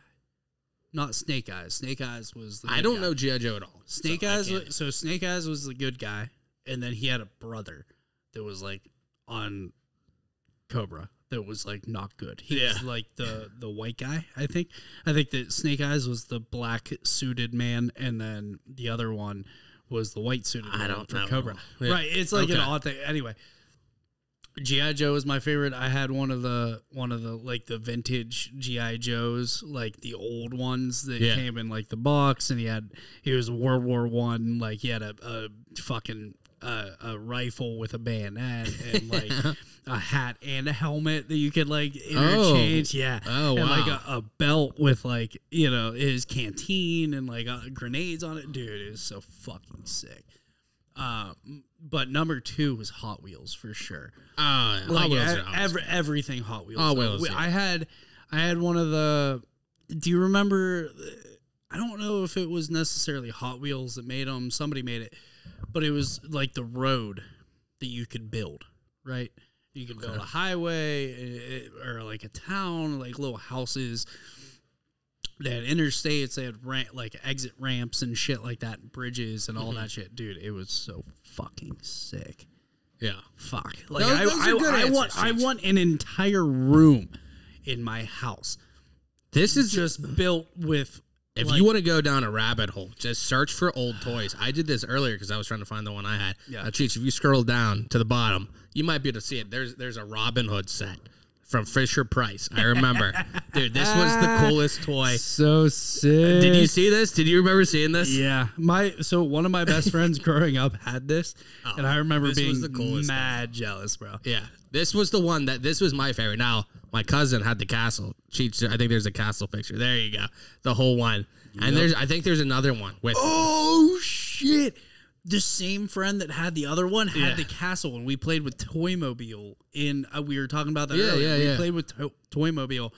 Speaker 2: not Snake Eyes. Snake Eyes was. The
Speaker 1: I
Speaker 2: good
Speaker 1: don't
Speaker 2: guy.
Speaker 1: know GI Joe at all.
Speaker 2: Snake
Speaker 1: so I
Speaker 2: Eyes.
Speaker 1: can't-
Speaker 2: Was, so Snake Eyes was the good guy, and then he had a brother that was like on Cobra that was like not good. He
Speaker 1: Yeah.
Speaker 2: was like the the white guy. I think. I think that Snake Eyes was the black suited man, and then the other one was the white suited
Speaker 1: I
Speaker 2: man
Speaker 1: don't
Speaker 2: from
Speaker 1: know.
Speaker 2: Cobra.
Speaker 1: Yeah.
Speaker 2: Right. It's like an
Speaker 1: Okay.
Speaker 2: odd thing. Anyway. GI Joe is my favorite. I had one of the one of the like the vintage GI Joes, like the old ones that
Speaker 1: Yeah.
Speaker 2: came in like the box, and he had he was World War One, like he had a, a fucking uh, a rifle with a bayonet and like a hat and a helmet that you could like interchange, yeah,
Speaker 1: Oh,
Speaker 2: and like uh,
Speaker 1: wow.
Speaker 2: a, a belt with like you know his canteen and like uh, grenades on it, dude. It was so fucking sick. Um, but number two was Hot Wheels for sure
Speaker 1: Ah, yeah,
Speaker 2: like
Speaker 1: Hot Wheels
Speaker 2: e-
Speaker 1: are awesome.
Speaker 2: every- everything Hot Wheels.
Speaker 1: Hot
Speaker 2: So
Speaker 1: Wheels,
Speaker 2: we-
Speaker 1: yeah.
Speaker 2: I had I had one of the. Do you remember? I don't know if it was necessarily Hot Wheels that made them. Somebody made it, but it was like the road that you could build, right? You could build a highway eh, eh, or like a town, like little houses. They had interstates, they had ramp, like exit ramps and shit like that, bridges and all
Speaker 1: Mm-hmm.
Speaker 2: that shit. Dude, it was so fucking sick
Speaker 1: yeah.
Speaker 2: fuck. Like
Speaker 1: Those-
Speaker 2: I,
Speaker 1: those are
Speaker 2: I-
Speaker 1: good
Speaker 2: I
Speaker 1: answers,
Speaker 2: want I
Speaker 1: Cheech.
Speaker 2: want an entire room in my house
Speaker 1: This is just
Speaker 2: just built with
Speaker 1: if
Speaker 2: like-
Speaker 1: you want to go down a rabbit hole, just search for old toys. I did this earlier because I was trying to find the one I had.
Speaker 2: Yeah.
Speaker 1: Uh, Cheech, if you scroll down to the bottom, you might be able to see it. There's there's a Robin Hood set from Fisher Price. I remember, dude. This was the coolest toy.
Speaker 2: so sick.
Speaker 1: Did you see this? Did you remember seeing this?
Speaker 2: Yeah, my so one of my best friends growing up had this, and I remember
Speaker 1: this was
Speaker 2: being
Speaker 1: the coolest
Speaker 2: mad jealous, bro.
Speaker 1: Yeah, this was the one that this was my favorite. Now my cousin had the castle. She, I think there's a castle picture. There you go, the whole one. And there's, I think there's another one with.
Speaker 2: Oh shit! The same friend that had the other one had
Speaker 1: Yeah.
Speaker 2: the castle, and we played with Toymobile. In uh, we were talking about that
Speaker 1: Yeah,
Speaker 2: earlier.
Speaker 1: yeah,
Speaker 2: we
Speaker 1: yeah.
Speaker 2: played with to- Toymobile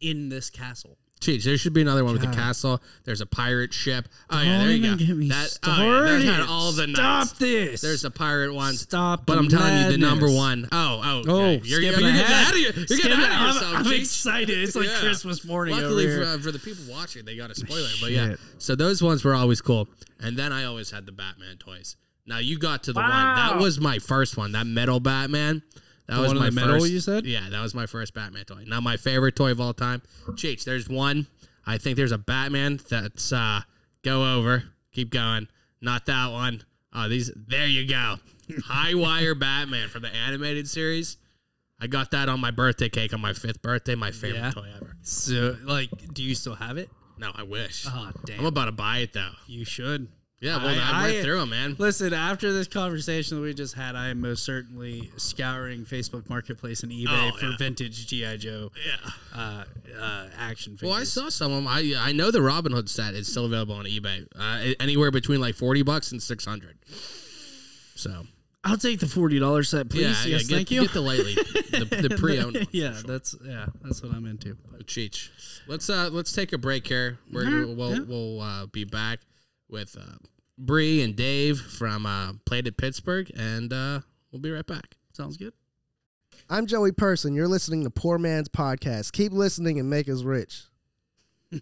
Speaker 2: in this castle.
Speaker 1: Geez, there should be another one with the castle. There's a pirate ship. Oh yeah,
Speaker 2: Don't
Speaker 1: there you
Speaker 2: even
Speaker 1: go.
Speaker 2: get me
Speaker 1: That, oh,
Speaker 2: started.
Speaker 1: yeah, that had all the
Speaker 2: Stop
Speaker 1: knights.
Speaker 2: this.
Speaker 1: There's the pirate one.
Speaker 2: Stop
Speaker 1: But
Speaker 2: the
Speaker 1: I'm telling you, the number
Speaker 2: madness.
Speaker 1: one. Oh, oh, okay.
Speaker 2: Oh,
Speaker 1: you're,
Speaker 2: skipping
Speaker 1: you're getting
Speaker 2: ahead.
Speaker 1: out of your, You're
Speaker 2: Skipping-
Speaker 1: getting out of
Speaker 2: I'm-
Speaker 1: yourself.
Speaker 2: I'm,
Speaker 1: Cheech.
Speaker 2: excited. It's like
Speaker 1: Yeah.
Speaker 2: Christmas morning.
Speaker 1: Luckily
Speaker 2: over
Speaker 1: for,
Speaker 2: here.
Speaker 1: uh, for the people watching, they got a spoiler. But yeah,
Speaker 2: Shit.
Speaker 1: so those ones were always cool. And then I always had the Batman toys. Now you got to the one that was my first one, that metal Batman. That was
Speaker 2: one in
Speaker 1: my
Speaker 2: the metal,
Speaker 1: first.
Speaker 2: you said?
Speaker 1: Yeah, that was my first Batman toy. Now my favorite toy of all time. Cheech, there's one. I think there's a Batman that's uh go over. Keep going. Not that one. Oh, these. There you go. High wire Batman from the animated series. I got that on my birthday cake on my fifth birthday. My favorite
Speaker 2: Yeah.
Speaker 1: toy ever.
Speaker 2: So, like, do you still have it?
Speaker 1: No, I wish.
Speaker 2: Ah, damn.
Speaker 1: I'm about to buy it though.
Speaker 2: You should.
Speaker 1: Yeah, well, I, went through 'em, man.
Speaker 2: Listen, after this conversation that we just had, I am most certainly scouring Facebook Marketplace and eBay
Speaker 1: Oh,
Speaker 2: for
Speaker 1: yeah.
Speaker 2: vintage GI Joe
Speaker 1: Yeah.
Speaker 2: uh, uh, action figures.
Speaker 1: Well, I saw some of them. I I know the Robin Hood set is still available on eBay. Uh, anywhere between like forty bucks and six hundred. So
Speaker 2: I'll take the forty dollars set, please.
Speaker 1: yeah, yeah,
Speaker 2: yes,
Speaker 1: get,
Speaker 2: thank you.
Speaker 1: Get the lightly, the, the pre-owned one. Oh,
Speaker 2: yeah, that's yeah, that's what I'm into.
Speaker 1: Cheech. Let's uh let's take a break here. We're
Speaker 2: Alright,
Speaker 1: we'll
Speaker 2: yeah.
Speaker 1: we'll uh, be back with uh, Bree and Dave from uh, Played at Pittsburgh, and uh, we'll be right back.
Speaker 2: Sounds good.
Speaker 6: I'm Joey Person. You're listening to Poor Man's Podcast. Keep listening and make us rich.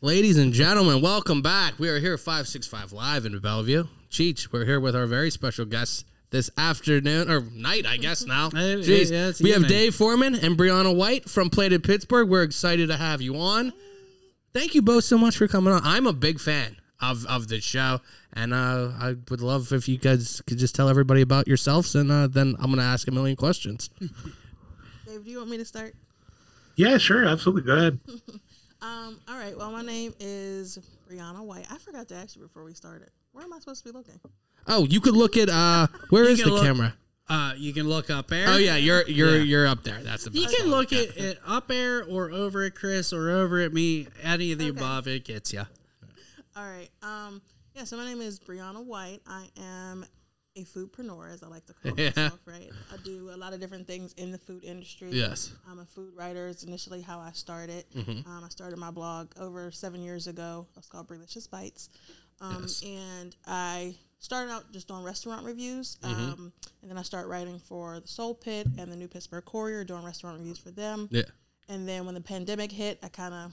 Speaker 1: Ladies and gentlemen, welcome back. We are here at 565 Live in Bellevue. Cheech, we're here with our very special guest this afternoon or night, I guess now.
Speaker 2: It- it-
Speaker 1: Jeez.
Speaker 2: yeah, it's
Speaker 1: we have
Speaker 2: evening.
Speaker 1: Dave Foreman and Brianna White from Plated Pittsburgh. We're excited to have you on. Thank you both so much for coming on. I'm a big fan of, of the show, and uh, I would love if you guys could just tell everybody about yourselves, and uh, then I'm going to ask a million questions.
Speaker 7: Dave, do you want me to start?
Speaker 8: Yeah, sure, absolutely. Go ahead.
Speaker 7: Um, all right. Well, my name is Brianna White. I forgot to ask you before we started. Where am I supposed to be looking?
Speaker 1: Oh, you could look at uh, where is
Speaker 2: can
Speaker 1: the
Speaker 2: look-
Speaker 1: camera?
Speaker 2: Uh, you can look up air.
Speaker 1: Oh yeah, you're you're
Speaker 2: Yeah.
Speaker 1: you're up there. That's the
Speaker 2: You
Speaker 1: best.
Speaker 2: can look at, at up air or over at Chris or over at me. Any of the
Speaker 7: Okay.
Speaker 2: above, it gets you.
Speaker 7: All right. Um, yeah. So my name is Brianna White. I am a foodpreneur, as I like to call
Speaker 1: Yeah.
Speaker 7: myself. Right. I do a lot of different things in the food industry.
Speaker 1: Yes.
Speaker 7: I'm a food writer. It's initially how I started. Um, I started my blog over seven years ago. It's called Brelicious Bites. Um, And I started out just doing restaurant reviews. Um, and then I started writing for the Soul Pit and the New Pittsburgh Courier, doing restaurant reviews for them.
Speaker 1: Yeah.
Speaker 7: And then when the pandemic hit, I kind of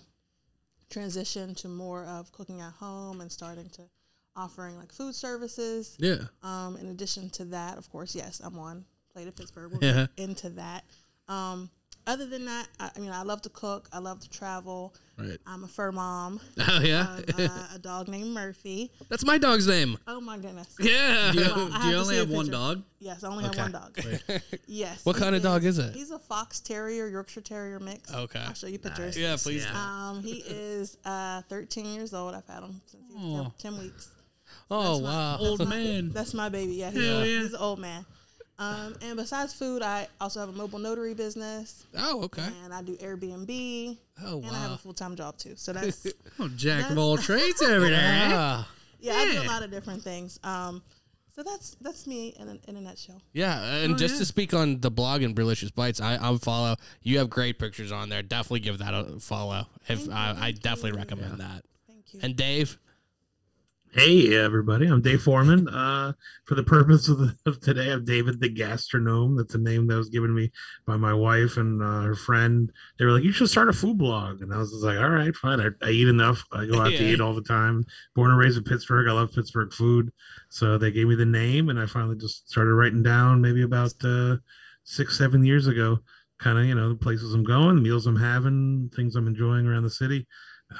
Speaker 7: transitioned to more of cooking at home and starting to offering like food services.
Speaker 1: Yeah.
Speaker 7: Um, in addition to that, of course, yes, I'm on Plate of Pittsburgh. We'll
Speaker 1: Yeah.
Speaker 7: get into that. Um, other than that, I, I mean, I love to cook. I love to travel.
Speaker 1: Right.
Speaker 7: I'm a fur mom.
Speaker 1: Oh yeah.
Speaker 7: of, uh, a dog named Murphy.
Speaker 1: That's my dog's name.
Speaker 7: Oh my goodness.
Speaker 1: Yeah.
Speaker 2: Do you,
Speaker 7: Well,
Speaker 2: do
Speaker 7: I
Speaker 2: you
Speaker 7: have to
Speaker 2: only
Speaker 7: see a
Speaker 2: have one
Speaker 7: picture.
Speaker 2: dog?
Speaker 7: Yes, I only
Speaker 1: Okay.
Speaker 7: have one dog. yes.
Speaker 1: What
Speaker 7: he
Speaker 1: kind of dog is it?
Speaker 7: He's a fox terrier, Yorkshire terrier mix.
Speaker 1: Okay.
Speaker 7: I'll show you pictures.
Speaker 1: Yeah, Uh, please.
Speaker 7: Um, he is uh, 13 years old. I've had him since he was 10, 10 weeks.
Speaker 1: Oh wow.
Speaker 2: Old man.
Speaker 7: That's my baby. Yeah, he's, he's an old man. Um, and besides food, I also have a mobile notary business,
Speaker 1: Oh okay.
Speaker 7: and I do Airbnb,
Speaker 1: Oh
Speaker 7: and I have
Speaker 1: wow.
Speaker 7: a full time job too. So that's
Speaker 2: Oh, jack of all trades over there. eh?
Speaker 1: Yeah.
Speaker 7: yeah, I do a lot of different things. Um, so that's that's me in a, in a nutshell.
Speaker 1: Oh, Yeah, and just to speak on the blog and Brelicious Bites, I, I follow. You have great pictures on there. Definitely give that a follow. If I, I definitely recommend that.
Speaker 7: Thank you.
Speaker 1: And Dave,
Speaker 8: Hey, everybody. I'm Dave Foreman. Uh, for the purpose of, the, of today, I'm David the Gastronome. That's a name that was given me by my wife and uh, her friend. They were like, "You should start a food blog," and I was just like, "All right, fine. I, I eat enough. I go out to
Speaker 1: Yeah.
Speaker 8: eat all the time. Born and raised in Pittsburgh. I love Pittsburgh food." So they gave me the name, and I finally just started writing down maybe about uh, six, seven years ago. Kind of, you know, the places I'm going, the meals I'm having, things I'm enjoying around the city.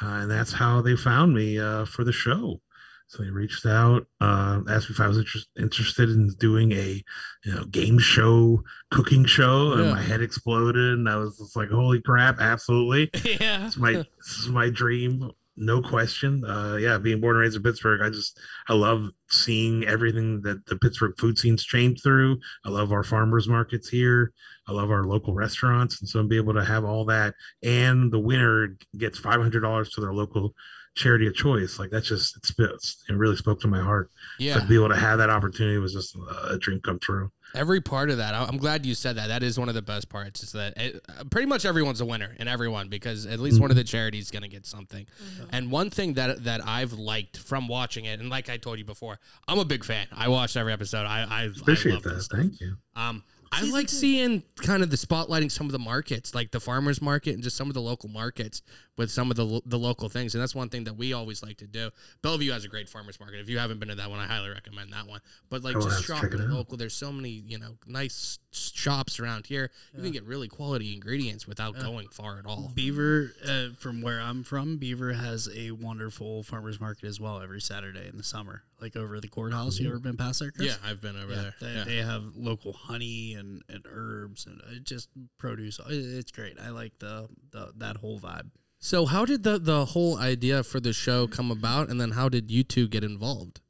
Speaker 8: Uh, and that's how they found me uh, for the show. So they reached out, uh, asked me if I was interest interested in doing a, you know, game show, cooking show, and
Speaker 1: Yeah.
Speaker 8: my head exploded, and I was just like, "Holy crap! Absolutely,
Speaker 1: yeah,
Speaker 8: it's my this is my dream, no question." Uh, yeah, being born and raised in Pittsburgh, I just I love seeing everything that the Pittsburgh food scene's changed through. I love our farmers markets here. I love our local restaurants, and so I'm be able to have all that. And the winner gets five hundred dollars to their local charity of choice. Like that's just it's, it's it really spoke to my heart. So
Speaker 1: yeah.
Speaker 8: to be able to have that opportunity was just a dream come true.
Speaker 1: Every part of that, I- I'm glad you said that. That is one of the best parts. Is that it, uh, pretty much everyone's a winner, and everyone because at least
Speaker 8: Mm-hmm.
Speaker 1: one of the charities is going to get something.
Speaker 7: Mm-hmm.
Speaker 1: And one thing that that I've liked from watching it, and like I told you before, I'm a big fan. I watched every episode. I I, I
Speaker 8: Appreciate
Speaker 1: love this
Speaker 8: that.
Speaker 1: stuff.
Speaker 8: Thank you.
Speaker 1: Um, I like seeing kind of the spotlighting some of the markets, like the farmers market and just some of the local markets with some of the lo- the local things. And that's one thing that we always like to do. Bellevue has a great farmers market. If you haven't been to that one, I highly recommend that one. But like
Speaker 8: I will
Speaker 1: just
Speaker 8: have to check
Speaker 1: shopping
Speaker 8: it out.
Speaker 1: local, there's so many you know nice s- shops around here. You can get really quality ingredients without going far at all.
Speaker 2: Beaver, uh, from where I'm from, Beaver has a wonderful farmers market as well every Saturday in the summer, like over the courthouse. You ever been past there, Chris?
Speaker 1: Yeah, I've been over
Speaker 2: Yeah,
Speaker 1: there.
Speaker 2: They,
Speaker 1: yeah.
Speaker 2: they have local honey and, and herbs and uh, just produce. It- It's great. I like the, the that whole vibe.
Speaker 1: So how did the the whole idea for the show come about, and then how did you two get involved?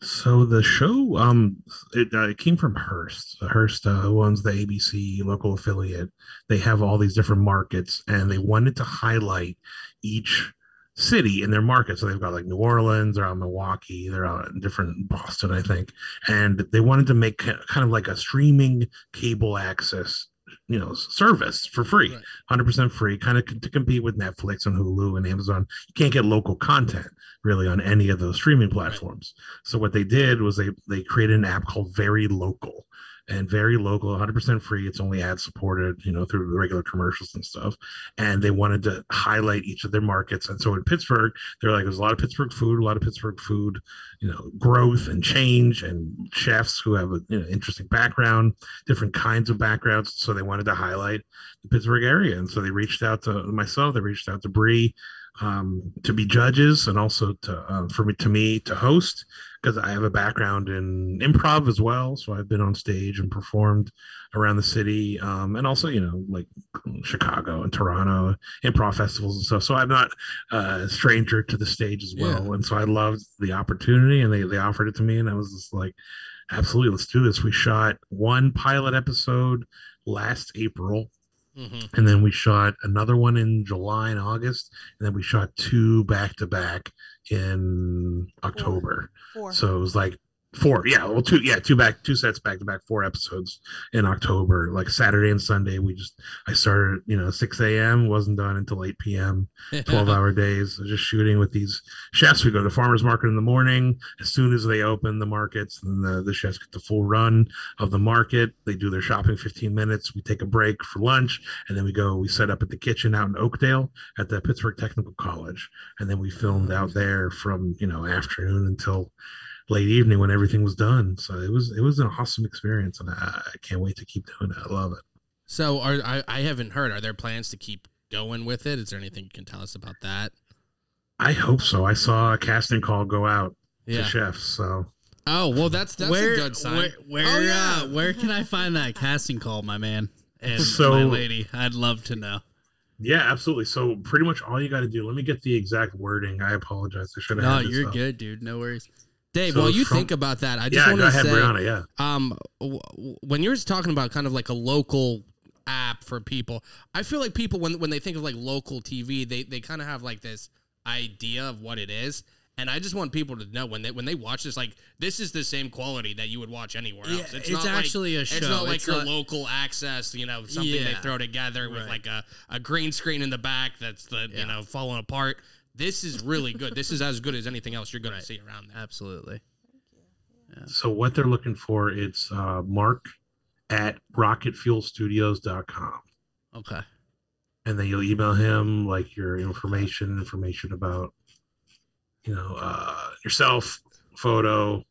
Speaker 8: So the show, um, it, uh, it came from Hearst. Hearst, uh, who owns the ABC local affiliate, they have all these different markets, and they wanted to highlight each city in their market. So they've got like New Orleans, they're out in Milwaukee, they're out in different Boston, I think, and they wanted to make ki- kind of like a streaming cable access, you know, s- service for free,
Speaker 1: Right.
Speaker 8: hundred percent free, kind of c- to compete with Netflix and Hulu and Amazon. You can't get local content really on any of those streaming platforms. So what they did was they they created an app called Very Local, and Very Local, 100% free. It's only ad supported, you know, through the regular commercials and stuff. And they wanted to highlight each of their markets. And so in Pittsburgh, they're like, there's a lot of Pittsburgh food, a lot of Pittsburgh food, you know, growth and change, and chefs who have an you know, interesting background, different kinds of backgrounds. So they wanted to highlight the Pittsburgh area, and so they reached out to myself. They reached out to Bree um, to be judges, and also to uh, for me to me to host because I have a background in improv as well. So I've been on stage and performed around the city, um, and also you know like Chicago and Toronto improv festivals and stuff. So I'm not uh, a stranger to the stage as well, and so I loved the opportunity, and they they offered it to me, and I was just like. Absolutely, let's do this. We shot one pilot episode last April
Speaker 1: Mm-hmm.
Speaker 8: and then we shot another one in July and August, and then we shot two back to back in October.
Speaker 7: Four.
Speaker 8: So it was like four, yeah, well, two, yeah, two back, two sets back to back, four episodes in October, like Saturday and Sunday. We just, I started, you know, 6 a.m., wasn't done until 8 p.m. 12 hour days of just shooting with these chefs we go to farmers market in the morning as soon as they open the markets and the, the chefs get the full run of the market they do their shopping 15 minutes we take a break for lunch and then we go we set up at the kitchen out in oakdale at the pittsburgh technical college and then we filmed out there from you know afternoon until late evening when everything was done so it was it was an awesome experience and i, I can't wait to keep doing it i love it
Speaker 1: So are I, I haven't heard. Are there plans to keep going with it? Is there anything you can tell us about that?
Speaker 8: i hope so i saw a casting call go out to
Speaker 1: Yeah.
Speaker 8: chefs so
Speaker 1: Oh well, that's that's
Speaker 2: where,
Speaker 1: a good sign.
Speaker 2: Where, where,
Speaker 1: Oh, yeah.
Speaker 2: uh, where can I find that casting call, my man and
Speaker 8: So-
Speaker 2: my lady? I'd love to know.
Speaker 8: Yeah, absolutely. So pretty much all you got to do. Let me get the exact wording. I apologize. I should have.
Speaker 2: No,
Speaker 8: had this
Speaker 2: you're
Speaker 8: up.
Speaker 2: good, dude. No worries.
Speaker 1: Dave,
Speaker 8: So
Speaker 1: while you
Speaker 8: from-
Speaker 1: think about that, I just
Speaker 8: Yeah,
Speaker 1: want
Speaker 8: go
Speaker 1: to
Speaker 8: ahead,
Speaker 1: say,
Speaker 8: Brianna. Yeah,
Speaker 1: um, w- w- when you were talking about kind of like a local app for people, I feel like people when when they think of like local TV, they they kind of have like this idea of what it is. And I just want people to know when they when they watch this, like this is the same quality that you would watch anywhere else.
Speaker 2: Yeah, it's actually a
Speaker 1: like, It's
Speaker 2: show.
Speaker 1: not like
Speaker 2: It's
Speaker 1: your
Speaker 2: not-
Speaker 1: local access, you know, something they
Speaker 2: Yeah.
Speaker 1: throw together with
Speaker 2: Right.
Speaker 1: like a, a green screen in the back that's the you
Speaker 2: Yeah.
Speaker 1: know falling apart. This is really good. this is as good as anything else you're going
Speaker 2: Right.
Speaker 1: to see around there.
Speaker 2: Absolutely.
Speaker 8: So what they're looking for, it's uh, Mark at rocketfuelstudios.com.
Speaker 2: Okay.
Speaker 8: And then you'll email him like your information, information about, you know, uh, yourself, photo.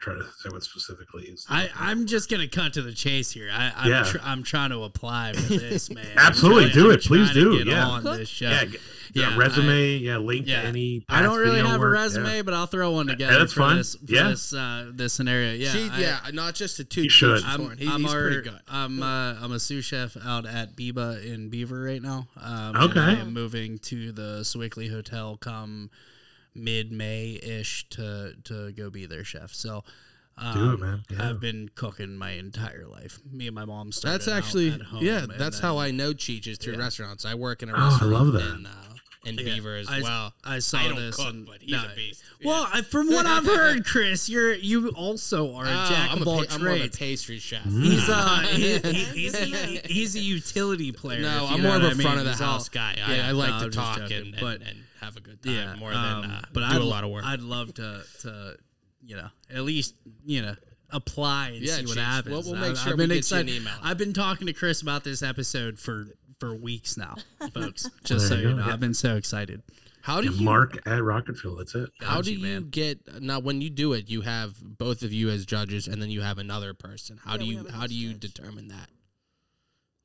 Speaker 8: Try to say what specifically is.
Speaker 2: I, I'm just gonna cut to the chase here. I, I'm,
Speaker 8: Yeah.
Speaker 2: tr- I'm trying to apply for this, man.
Speaker 8: Absolutely,
Speaker 2: I'm
Speaker 8: do
Speaker 2: I'm
Speaker 8: it. Please
Speaker 2: trying
Speaker 8: do,
Speaker 2: To get
Speaker 8: yeah.
Speaker 2: on this show.
Speaker 8: yeah, g-
Speaker 2: yeah,
Speaker 8: resume. yeah, link
Speaker 2: yeah.
Speaker 8: to any.
Speaker 2: I don't
Speaker 8: past
Speaker 2: really
Speaker 8: video
Speaker 2: have
Speaker 8: work,
Speaker 2: a resume,
Speaker 8: yeah.
Speaker 2: but I'll throw one together.
Speaker 8: that's
Speaker 2: for
Speaker 8: fine.
Speaker 2: This, for
Speaker 8: Yeah.
Speaker 2: This, uh, this scenario. Yeah.
Speaker 1: She-
Speaker 2: I-
Speaker 1: yeah, not just a two.
Speaker 8: You should.
Speaker 1: I'm,
Speaker 2: I'm,
Speaker 1: he's
Speaker 2: I'm our-
Speaker 1: pretty good.
Speaker 2: I'm, uh, I'm a sous chef out at Biba in Beaver right now. Um, and
Speaker 8: Okay.
Speaker 2: I am moving to the Swickley Hotel come mid May ish to to go be their chef. So. Um,
Speaker 8: Do it, man. Yeah.
Speaker 2: I've been cooking my entire life. Me and my mom started.
Speaker 1: That's
Speaker 2: out
Speaker 1: actually
Speaker 2: at home,
Speaker 1: yeah.
Speaker 2: and
Speaker 1: That's
Speaker 2: then
Speaker 1: how I know Cheech is through
Speaker 2: Yeah.
Speaker 1: restaurants. I work in a
Speaker 8: Oh, I
Speaker 1: restaurant
Speaker 8: love that.
Speaker 1: in, uh, in
Speaker 2: Yeah.
Speaker 1: Beaver as
Speaker 2: I-
Speaker 1: well.
Speaker 2: I saw
Speaker 1: I don't
Speaker 2: this.
Speaker 1: cook,
Speaker 2: and-
Speaker 1: but he's
Speaker 2: no.
Speaker 1: a beast.
Speaker 2: Well, I- from what I've heard, Chris, you're you also are
Speaker 1: Oh,
Speaker 2: a jack
Speaker 1: I'm
Speaker 2: of
Speaker 1: a,
Speaker 2: all
Speaker 1: pa- I'm more of a
Speaker 2: trades.
Speaker 1: pastry chef.
Speaker 2: He's uh, he, he- he's, a, he's a utility player.
Speaker 1: no,
Speaker 2: if you
Speaker 1: I'm
Speaker 2: know
Speaker 1: more of
Speaker 2: what
Speaker 1: a
Speaker 2: I mean.
Speaker 1: front of the
Speaker 2: He's all-
Speaker 1: house guy. I,
Speaker 2: yeah,
Speaker 1: I like
Speaker 2: no, I'm
Speaker 1: to
Speaker 2: just
Speaker 1: talk
Speaker 2: joking,
Speaker 1: and, and,
Speaker 2: but-
Speaker 1: and have a good time
Speaker 2: Yeah,
Speaker 1: more than
Speaker 2: um,
Speaker 1: uh,
Speaker 2: but
Speaker 1: do
Speaker 2: I'd,
Speaker 1: a lot of work.
Speaker 2: I'd love to to you know at least you know apply and
Speaker 1: Yeah,
Speaker 2: see what
Speaker 1: Chase,
Speaker 2: happens.
Speaker 1: we'll- we'll
Speaker 2: I-
Speaker 1: make sure
Speaker 2: I've
Speaker 1: we
Speaker 2: been
Speaker 1: get you an
Speaker 2: excited.
Speaker 1: email.
Speaker 2: I've been talking to Chris about this episode for for weeks now, folks. Just so
Speaker 8: There you
Speaker 2: you
Speaker 8: go.
Speaker 2: know, I've been so excited.
Speaker 1: how do
Speaker 8: Yeah,
Speaker 1: you
Speaker 8: Mark at Rocketfuel. That's it.
Speaker 1: how do
Speaker 2: Gotcha,
Speaker 1: you
Speaker 2: man.
Speaker 1: get now when you do it? You have both of you as judges, and then you have another person. How
Speaker 7: Yeah,
Speaker 1: do
Speaker 7: we
Speaker 1: you
Speaker 7: have a
Speaker 1: how
Speaker 7: host
Speaker 1: do you
Speaker 7: judge.
Speaker 1: determine that?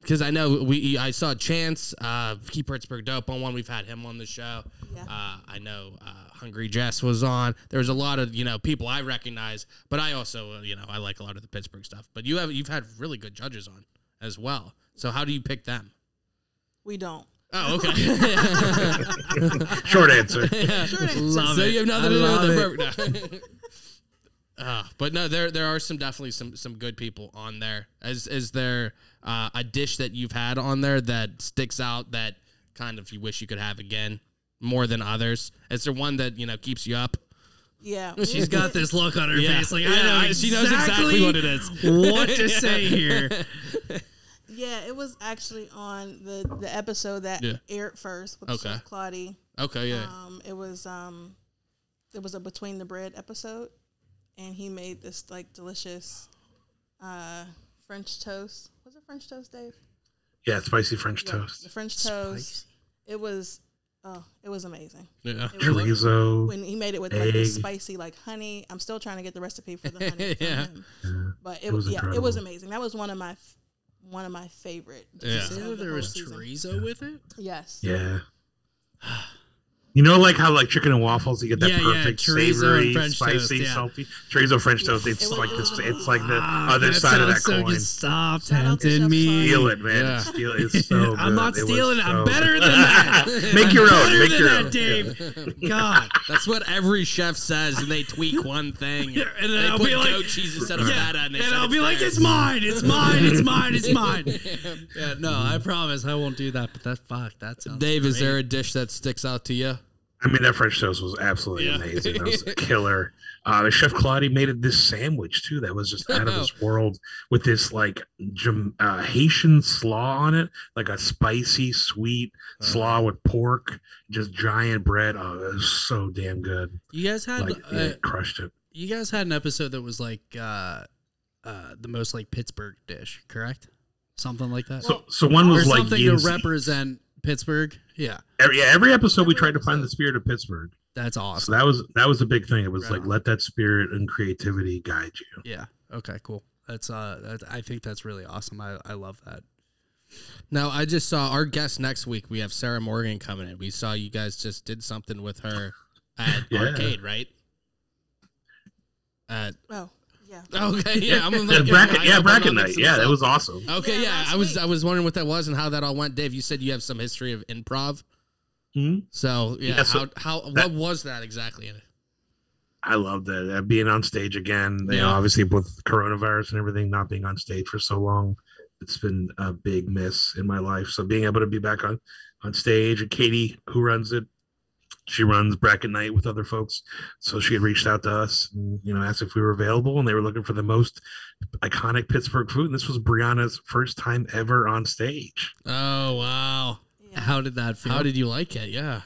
Speaker 1: Because I know we I saw Chance uh, keep Pittsburgh dope on one. We've had him on the show.
Speaker 7: Yeah.
Speaker 1: Uh, I know uh, Hungry Jess was on. There was a lot of you know people I recognize, but I also uh, you know I like a lot of the Pittsburgh stuff. But you have you've had really good judges on as well. So how do you pick them?
Speaker 7: We don't.
Speaker 1: Oh, okay.
Speaker 8: Short answer.
Speaker 7: Sure it is.
Speaker 2: Love
Speaker 1: so
Speaker 2: it.
Speaker 1: you have nothing
Speaker 2: I
Speaker 1: to
Speaker 2: love
Speaker 1: do
Speaker 2: it.
Speaker 1: with the perfect. Uh, but no, there there are some definitely some some good people on there. Is is there uh, a dish that you've had on there that sticks out that kind of you wish you could have again more than others? Is there one that you know keeps you up?
Speaker 7: Yeah.
Speaker 2: She's got this look on her
Speaker 1: Yeah.
Speaker 2: face, like
Speaker 1: Yeah,
Speaker 2: I know
Speaker 1: I- she knows exactly what it is.
Speaker 2: what to say here.
Speaker 7: Yeah, it was actually on the the episode that
Speaker 1: Yeah.
Speaker 7: aired first with
Speaker 1: Okay.
Speaker 7: Chef Claudie.
Speaker 1: Okay, yeah,
Speaker 7: Um, it was um, it was a between the bread episode, and he made this like delicious, uh, French toast. Was it French toast, Dave?
Speaker 8: Yeah, spicy French
Speaker 7: Yeah,
Speaker 8: toast.
Speaker 7: The French toast. It was, oh, it was amazing.
Speaker 1: yeah.
Speaker 7: It was-
Speaker 8: Chorizo.
Speaker 7: when he made it with like the
Speaker 8: Egg.
Speaker 7: spicy like honey. I'm still trying to get the recipe for the honey. from
Speaker 1: Yeah.
Speaker 7: him.
Speaker 8: Yeah.
Speaker 7: but it,
Speaker 8: It
Speaker 7: was
Speaker 8: was
Speaker 7: yeah, it was
Speaker 8: incredible.
Speaker 7: amazing. That was one of my f- one of my favorite.
Speaker 1: Yeah.
Speaker 7: dishes of the
Speaker 2: there
Speaker 7: whole
Speaker 2: was
Speaker 7: season.
Speaker 2: chorizo with it.
Speaker 7: Yes.
Speaker 8: Yeah. You know, like how like chicken and waffles, you get that
Speaker 2: Yeah, yeah,
Speaker 8: perfect
Speaker 2: chorizo and
Speaker 8: savory,
Speaker 2: French
Speaker 8: spicy,
Speaker 2: toast, yeah.
Speaker 8: salty chorizo French toast. It's
Speaker 7: It was-
Speaker 8: like
Speaker 7: it
Speaker 8: this.
Speaker 7: was
Speaker 8: It's like the
Speaker 2: Ah,
Speaker 8: other side of that
Speaker 2: sounds so
Speaker 8: coin.
Speaker 2: good. Stop
Speaker 7: Shout out to
Speaker 2: tempting
Speaker 7: Chef
Speaker 2: me.
Speaker 7: Simon.
Speaker 8: Steal it, man.
Speaker 1: Yeah.
Speaker 8: Steal it. It's so
Speaker 2: I'm
Speaker 8: good.
Speaker 2: not
Speaker 8: It was
Speaker 2: stealing. I'm
Speaker 8: so
Speaker 2: better
Speaker 8: good.
Speaker 2: than that.
Speaker 8: Make your
Speaker 2: Better
Speaker 8: own. Make
Speaker 2: than
Speaker 8: your
Speaker 2: that,
Speaker 8: own.
Speaker 2: Dave. God.
Speaker 1: That's what every chef says, and they tweak one thing.
Speaker 2: Yeah, and then
Speaker 1: they
Speaker 2: I'll
Speaker 1: put
Speaker 2: be like-
Speaker 1: goat cheese instead of
Speaker 2: Yeah,
Speaker 1: feta, and, they
Speaker 2: and
Speaker 1: said
Speaker 2: I'll be like,
Speaker 1: theirs.
Speaker 2: it's mine, it's mine, it's mine, it's mine. yeah, no, I promise I won't do that. But that fuck, that sounds.
Speaker 1: Dave, is
Speaker 2: great.
Speaker 1: there a dish that sticks out to you?
Speaker 8: I mean, that French toast was absolutely
Speaker 1: Yeah.
Speaker 8: amazing. That was a killer. Uh, Chef Claudie made it this sandwich too. That was just out of this world with this like Jam- uh, Haitian slaw on it, like a spicy, sweet slaw with pork, just giant bread. Oh, it was so damn good.
Speaker 2: You guys had
Speaker 8: Like,
Speaker 2: uh,
Speaker 8: yeah, crushed it.
Speaker 2: you guys had an episode that was like uh, uh, the most like Pittsburgh dish, correct? Something like that,
Speaker 8: So, so one
Speaker 2: or
Speaker 8: was like
Speaker 2: something to
Speaker 8: Yin's-
Speaker 2: represent Pittsburgh. Yeah,
Speaker 8: Every, yeah, every episode we tried to find the spirit of Pittsburgh.
Speaker 2: that's awesome.
Speaker 8: So that was that was the big thing. It was
Speaker 2: Right
Speaker 8: like
Speaker 2: on.
Speaker 8: let that spirit and creativity guide you.
Speaker 2: yeah. Okay. Cool. That's uh, that's, I think that's really awesome. I, I love that.
Speaker 1: No, I just saw our guest next week. We have Sarah Morgan coming in. We saw you guys just did something with her at
Speaker 8: Yeah.
Speaker 1: arcade, right? At
Speaker 7: Oh yeah.
Speaker 1: okay, yeah, I'm
Speaker 8: Yeah,
Speaker 1: like,
Speaker 8: bracket,
Speaker 1: I-
Speaker 8: yeah,
Speaker 1: I'm
Speaker 8: bracket
Speaker 1: on
Speaker 8: night.
Speaker 1: this
Speaker 8: Yeah, that
Speaker 1: myself.
Speaker 8: was awesome.
Speaker 1: okay. Yeah,
Speaker 7: Yeah, last
Speaker 1: I was
Speaker 7: week.
Speaker 1: I was wondering what that was and how that all went. Dave, you said you have some history of improv.
Speaker 8: Hmm?
Speaker 1: So yeah,
Speaker 8: Yeah, so
Speaker 1: how how
Speaker 8: that-
Speaker 1: what was that exactly?
Speaker 8: I loved it. Uh, being on stage again, you
Speaker 1: Yeah.
Speaker 8: know, obviously with coronavirus and everything, not being on stage for so long, it's been a big miss in my life. So being able to be back on on stage, and Katie, who runs it, she runs bracket night with other folks. So she had reached out to us, and, you know, asked if we were available, and they were looking for the most iconic Pittsburgh food. And this was Brianna's first time ever on stage.
Speaker 1: Oh wow!
Speaker 7: yeah.
Speaker 2: How did that feel?
Speaker 1: How did you like it? Yeah.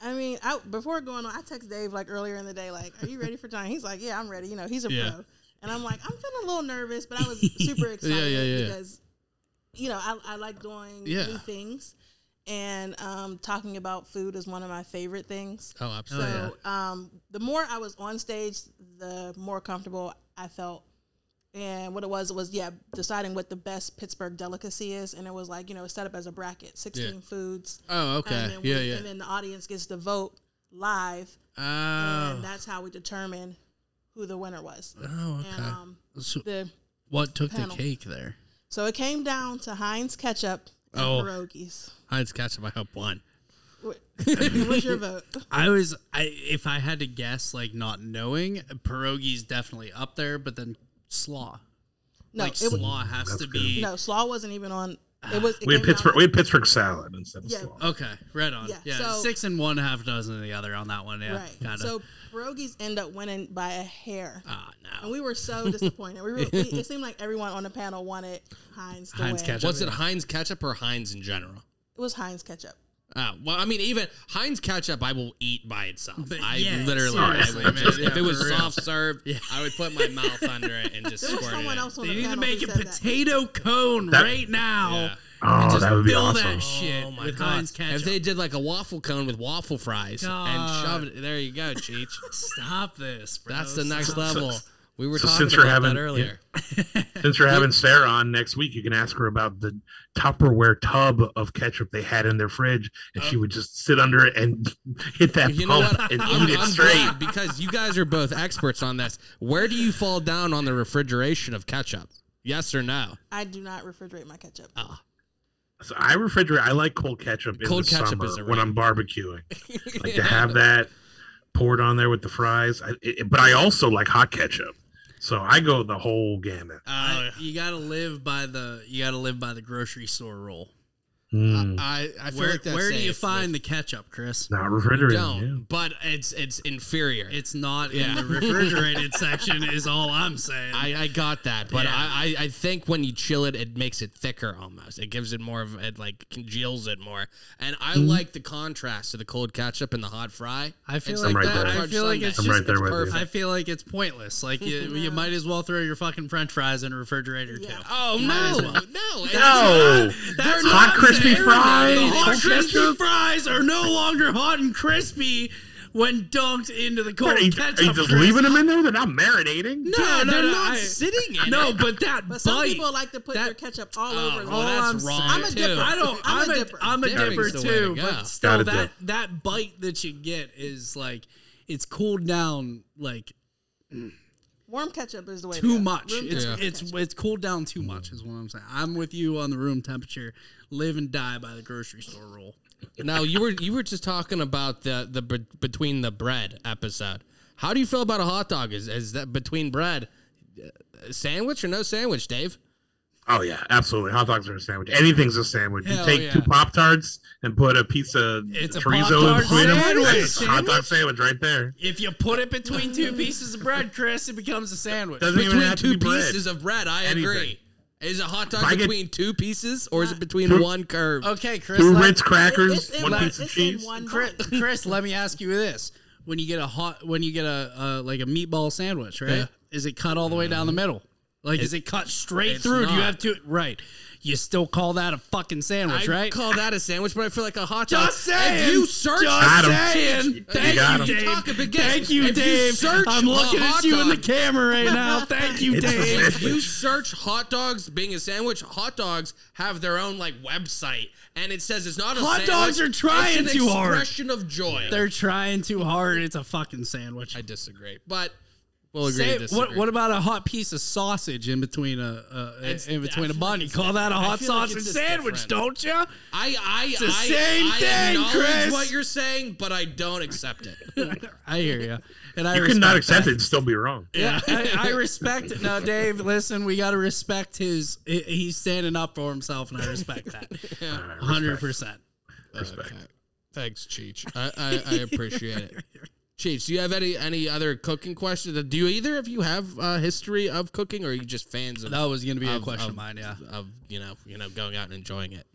Speaker 7: I mean, I, before going on, I text Dave like earlier in the day, like, "Are you ready for time?" He's like, "Yeah, I'm ready." You know, he's a
Speaker 1: Yeah.
Speaker 7: pro, and I'm like, I'm feeling a little nervous, but I was super excited
Speaker 1: yeah, yeah.
Speaker 7: because, you know, I, I like doing
Speaker 1: Yeah.
Speaker 7: new things, and um, talking about food is one of my favorite things.
Speaker 1: Oh,
Speaker 7: So,
Speaker 1: absolutely.
Speaker 7: um, the more I was on stage, the more comfortable I felt. And what it was was yeah, deciding what the best Pittsburgh delicacy is, and it was like you know set up as a bracket, sixteen foods.
Speaker 1: Oh, okay.
Speaker 7: And then, we-
Speaker 1: Yeah, yeah.
Speaker 7: and then the audience gets to vote live,
Speaker 1: Oh,
Speaker 2: Uh,
Speaker 7: and that's how we determine who the winner was.
Speaker 1: oh,
Speaker 7: And
Speaker 1: okay.
Speaker 7: um,
Speaker 2: So
Speaker 7: the
Speaker 2: what took
Speaker 7: panel.
Speaker 2: the cake there?
Speaker 7: so it came down to Heinz ketchup and
Speaker 1: Oh.
Speaker 7: pierogies.
Speaker 1: Heinz ketchup. I hope one.
Speaker 7: What- What's your vote?
Speaker 2: I was I if I had to guess, like not knowing, pierogies definitely up there, but then slaw.
Speaker 7: No,
Speaker 2: like
Speaker 7: it, wa-
Speaker 2: slaw has
Speaker 8: That's
Speaker 2: to
Speaker 8: good.
Speaker 2: be
Speaker 7: no, slaw wasn't even on. It was. It
Speaker 8: We
Speaker 7: came
Speaker 8: had
Speaker 7: down
Speaker 8: Pittsburgh.
Speaker 7: to-
Speaker 8: We had Pittsburgh salad instead of
Speaker 7: Yeah.
Speaker 8: slaw.
Speaker 2: Okay, right on. Yeah,
Speaker 7: Yeah, so-
Speaker 2: six and one, half dozen of the other on that one. Yeah,
Speaker 7: right.
Speaker 2: kinda.
Speaker 7: So pierogies end up winning by a hair.
Speaker 2: ah,
Speaker 7: and
Speaker 2: no.
Speaker 7: we were so disappointed. We, were, we it seemed like everyone on the panel wanted Heinz to
Speaker 2: Heinz
Speaker 7: win.
Speaker 2: ketchup.
Speaker 1: Was it Heinz ketchup or Heinz in general?
Speaker 7: It was Heinz ketchup.
Speaker 1: Uh, well, I mean, even Heinz ketchup, I will eat by itself.
Speaker 2: But
Speaker 1: I
Speaker 2: yeah,
Speaker 1: literally,
Speaker 2: seriously,
Speaker 1: I would just-
Speaker 2: man,
Speaker 1: if it
Speaker 2: yeah,
Speaker 1: was
Speaker 2: for real.
Speaker 1: soft serve, I would put my mouth under it and just
Speaker 7: There was
Speaker 1: squirt it.
Speaker 7: someone
Speaker 1: in.
Speaker 7: else on
Speaker 2: They
Speaker 7: the
Speaker 2: need to
Speaker 7: panel
Speaker 2: make
Speaker 7: who
Speaker 2: a
Speaker 7: said that.
Speaker 2: potato cone
Speaker 8: That-
Speaker 2: right now.
Speaker 1: Yeah.
Speaker 2: and
Speaker 8: Oh,
Speaker 2: just
Speaker 8: that would be
Speaker 2: fill
Speaker 8: awesome.
Speaker 2: that shit
Speaker 1: Oh my
Speaker 2: with
Speaker 1: God.
Speaker 2: Heinz ketchup.
Speaker 1: If they did like a waffle cone with waffle fries
Speaker 2: God.
Speaker 1: and shove it, there you go, Cheech.
Speaker 2: Stop this, bro.
Speaker 1: That's the next
Speaker 2: Stop.
Speaker 1: level. We were
Speaker 8: So
Speaker 1: talking
Speaker 8: since we're
Speaker 1: about
Speaker 8: having-
Speaker 1: that
Speaker 8: yeah.
Speaker 1: earlier.
Speaker 8: Since we're having Sarah on next week, you can ask her about the Tupperware tub of ketchup they had in their fridge, and she would just sit under it and hit that
Speaker 1: Oh. You know
Speaker 8: pump
Speaker 1: what?
Speaker 8: and
Speaker 1: I'm,
Speaker 8: eat it
Speaker 1: I'm
Speaker 8: straight.
Speaker 1: glad because you guys are both experts on this. Where do you fall down on the refrigeration of ketchup? Yes or no?
Speaker 7: I do not refrigerate my ketchup.
Speaker 1: Ah,
Speaker 8: So I refrigerate. I like cold ketchup in
Speaker 1: Cold
Speaker 8: the
Speaker 1: ketchup
Speaker 8: summer
Speaker 1: is a
Speaker 8: when
Speaker 1: rare.
Speaker 8: I'm barbecuing. like to have that poured on there with the fries. I, it, but I also like hot ketchup, so I go the whole gamut.
Speaker 2: I- you gotta live by the you gotta live by the grocery store rule.
Speaker 8: Mm,
Speaker 1: I, I feel
Speaker 2: Where
Speaker 1: like that's
Speaker 2: where do you
Speaker 1: safe
Speaker 2: find
Speaker 1: with-
Speaker 2: the ketchup, Chris?
Speaker 8: not
Speaker 1: You
Speaker 8: refrigerated.
Speaker 1: don't,
Speaker 8: yeah.
Speaker 1: but it's it's inferior.
Speaker 2: It's not
Speaker 1: Yeah.
Speaker 2: in the refrigerated section. Is all I'm saying.
Speaker 1: I, I got that, but
Speaker 2: Yeah.
Speaker 1: I, I, I think when you chill it, it makes it thicker almost. It gives it more of it like congeals it more. And I
Speaker 8: Mm-hmm.
Speaker 1: like the contrast to the cold ketchup and the hot fry.
Speaker 2: I feel
Speaker 1: It's
Speaker 2: like
Speaker 8: right
Speaker 2: that.
Speaker 8: there.
Speaker 2: I feel like it's
Speaker 8: I'm
Speaker 2: just.
Speaker 8: right there with you.
Speaker 2: I feel like it's pointless. Like you, you might as well throw your fucking French fries in a refrigerator too.
Speaker 1: Oh no, no, it's
Speaker 8: No,
Speaker 2: That's
Speaker 8: hot
Speaker 2: what I'm
Speaker 8: crispy
Speaker 2: saying.
Speaker 8: fries.
Speaker 2: The hot
Speaker 8: cold
Speaker 2: crispy
Speaker 8: ketchup.
Speaker 2: fries are no longer hot and crispy when dunked into the cold
Speaker 8: Are you,
Speaker 2: ketchup.
Speaker 8: are you just
Speaker 2: Chris.
Speaker 8: leaving them in there? They're not marinating.
Speaker 1: No,
Speaker 2: No, no,
Speaker 1: they're
Speaker 2: no,
Speaker 1: not
Speaker 2: I-
Speaker 1: sitting in
Speaker 2: No,
Speaker 1: it.
Speaker 2: but that
Speaker 7: But some
Speaker 2: bite.
Speaker 7: people like to put
Speaker 2: that- um,
Speaker 7: their ketchup all
Speaker 1: Oh,
Speaker 7: over.
Speaker 1: well,
Speaker 7: all
Speaker 1: that's
Speaker 7: I'm
Speaker 1: wrong,
Speaker 7: saying- I'm a
Speaker 1: too.
Speaker 7: dipper.
Speaker 2: I don't. I'm, a
Speaker 7: dipper.
Speaker 2: I'm a
Speaker 1: Dipping's
Speaker 2: dipper
Speaker 1: the way to
Speaker 2: too,
Speaker 1: go.
Speaker 2: but still,
Speaker 8: Gotta
Speaker 2: that
Speaker 8: dip.
Speaker 2: that bite that you get is like it's cooled down like
Speaker 7: Warm ketchup is the way. to
Speaker 2: too
Speaker 7: go.
Speaker 2: much.
Speaker 7: Room
Speaker 2: It's
Speaker 7: temperature
Speaker 2: it's
Speaker 7: ketchup.
Speaker 2: it's cooled down too much. Is what I'm saying. I'm with you on the room temperature. Live and die by the grocery store rule.
Speaker 1: now you were you were just talking about the the b- between the bread episode. How do you feel about a hot dog? Is is that between bread, uh, sandwich or no sandwich, Dave?
Speaker 8: Oh yeah, absolutely. Hot dogs are a sandwich. Anything's a sandwich.
Speaker 2: Hell
Speaker 8: you take
Speaker 2: yeah.
Speaker 8: two pop tarts and put a piece of
Speaker 2: It's a
Speaker 8: chorizo
Speaker 2: Pop-Tart
Speaker 8: in between them.
Speaker 2: sandwich.
Speaker 8: That's a hot dog sandwich right there.
Speaker 2: If you put it between two pieces of bread, Chris, it becomes a sandwich.
Speaker 8: Doesn't even
Speaker 1: between
Speaker 8: have
Speaker 1: two
Speaker 8: to be bread.
Speaker 1: pieces of bread. I
Speaker 8: Anything.
Speaker 1: agree. Is a hot
Speaker 8: If
Speaker 1: dog
Speaker 8: I get-
Speaker 1: between two pieces or is it between
Speaker 8: Two-
Speaker 1: one curve?
Speaker 2: Okay, Chris.
Speaker 8: Two
Speaker 2: let-
Speaker 8: Ritz crackers,
Speaker 7: It's in
Speaker 8: one
Speaker 7: one-
Speaker 8: piece of
Speaker 7: it's in
Speaker 8: cheese.
Speaker 7: one
Speaker 2: Chris,
Speaker 7: bite.
Speaker 2: Chris, let me ask you this: When you get a hot, when you get a uh, like a meatball sandwich, right?
Speaker 1: Yeah.
Speaker 2: Is it cut all the way down the middle? Like, is it cut straight
Speaker 1: it's
Speaker 2: through? Do you
Speaker 1: not.
Speaker 2: have to? Right. You still call that a fucking
Speaker 1: I
Speaker 2: sandwich, right?
Speaker 1: call that a sandwich, but I feel like a hot dog.
Speaker 2: Just saying.
Speaker 1: If you search,
Speaker 8: Got
Speaker 2: Just
Speaker 8: 'em.
Speaker 2: saying. Thank you,
Speaker 8: got 'em.
Speaker 2: Dave.
Speaker 1: Talk up against-
Speaker 2: Thank you,
Speaker 1: if you
Speaker 2: Dave.
Speaker 1: search
Speaker 2: I'm looking
Speaker 1: a
Speaker 2: at
Speaker 1: hot
Speaker 2: you in the
Speaker 1: dog-
Speaker 2: camera right now. Thank you,
Speaker 8: It's a
Speaker 2: Dave.
Speaker 1: if you search hot dogs being a sandwich, hot dogs have their own like website, and it says it's not a
Speaker 2: Hot
Speaker 1: sandwich,
Speaker 2: dogs are
Speaker 1: it's
Speaker 2: trying
Speaker 1: an
Speaker 2: too hard.
Speaker 1: Expression of joy.
Speaker 2: They're trying too hard. It's a fucking sandwich.
Speaker 1: I disagree, but we'll agree.
Speaker 2: Say-
Speaker 1: to disagree.
Speaker 2: what, what about a hot piece of sausage in between a, a,
Speaker 1: It's-
Speaker 2: a in
Speaker 1: I
Speaker 2: between a
Speaker 1: feel like
Speaker 2: bun? You
Speaker 1: it's
Speaker 2: call that a
Speaker 1: different. I
Speaker 2: hot
Speaker 1: feel like it's
Speaker 2: sausage
Speaker 1: just
Speaker 2: sandwich,
Speaker 1: different.
Speaker 2: don't you?
Speaker 1: I I
Speaker 2: the
Speaker 1: I,
Speaker 2: same
Speaker 1: I
Speaker 2: thing,
Speaker 1: acknowledge
Speaker 2: Chris.
Speaker 1: what you're saying, but I don't accept it.
Speaker 2: I hear you, and I
Speaker 8: You
Speaker 2: respect
Speaker 8: could not accept
Speaker 2: that.
Speaker 8: it and still be wrong.
Speaker 2: Yeah, I, I respect it. Now, Dave, listen, we got to respect his. he- He's standing up for himself, and I respect that, hundred percent.
Speaker 8: Respect.
Speaker 1: Okay. Thanks, Cheech. I, I, I appreciate it. Cheech, do you have any any other cooking questions? Do you either of you have a history of cooking, or are you just fans of
Speaker 2: That was going to be a
Speaker 1: of-
Speaker 2: question
Speaker 1: of-
Speaker 2: of mine. Yeah,
Speaker 1: of you know you know going out and enjoying it?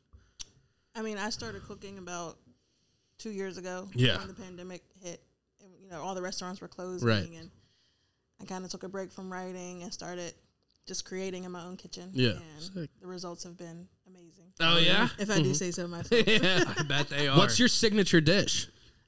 Speaker 7: I mean, I started cooking about two years ago.
Speaker 1: Yeah.
Speaker 7: When the pandemic hit, and, you know, all the restaurants were closing.
Speaker 1: Right.
Speaker 7: And I kind of took a break from writing and started just creating in my own kitchen.
Speaker 1: Yeah.
Speaker 7: And
Speaker 1: Sick.
Speaker 7: the results have been amazing.
Speaker 2: Oh, yeah?
Speaker 7: If I do say so myself.
Speaker 2: I bet they are.
Speaker 1: What's your signature dish?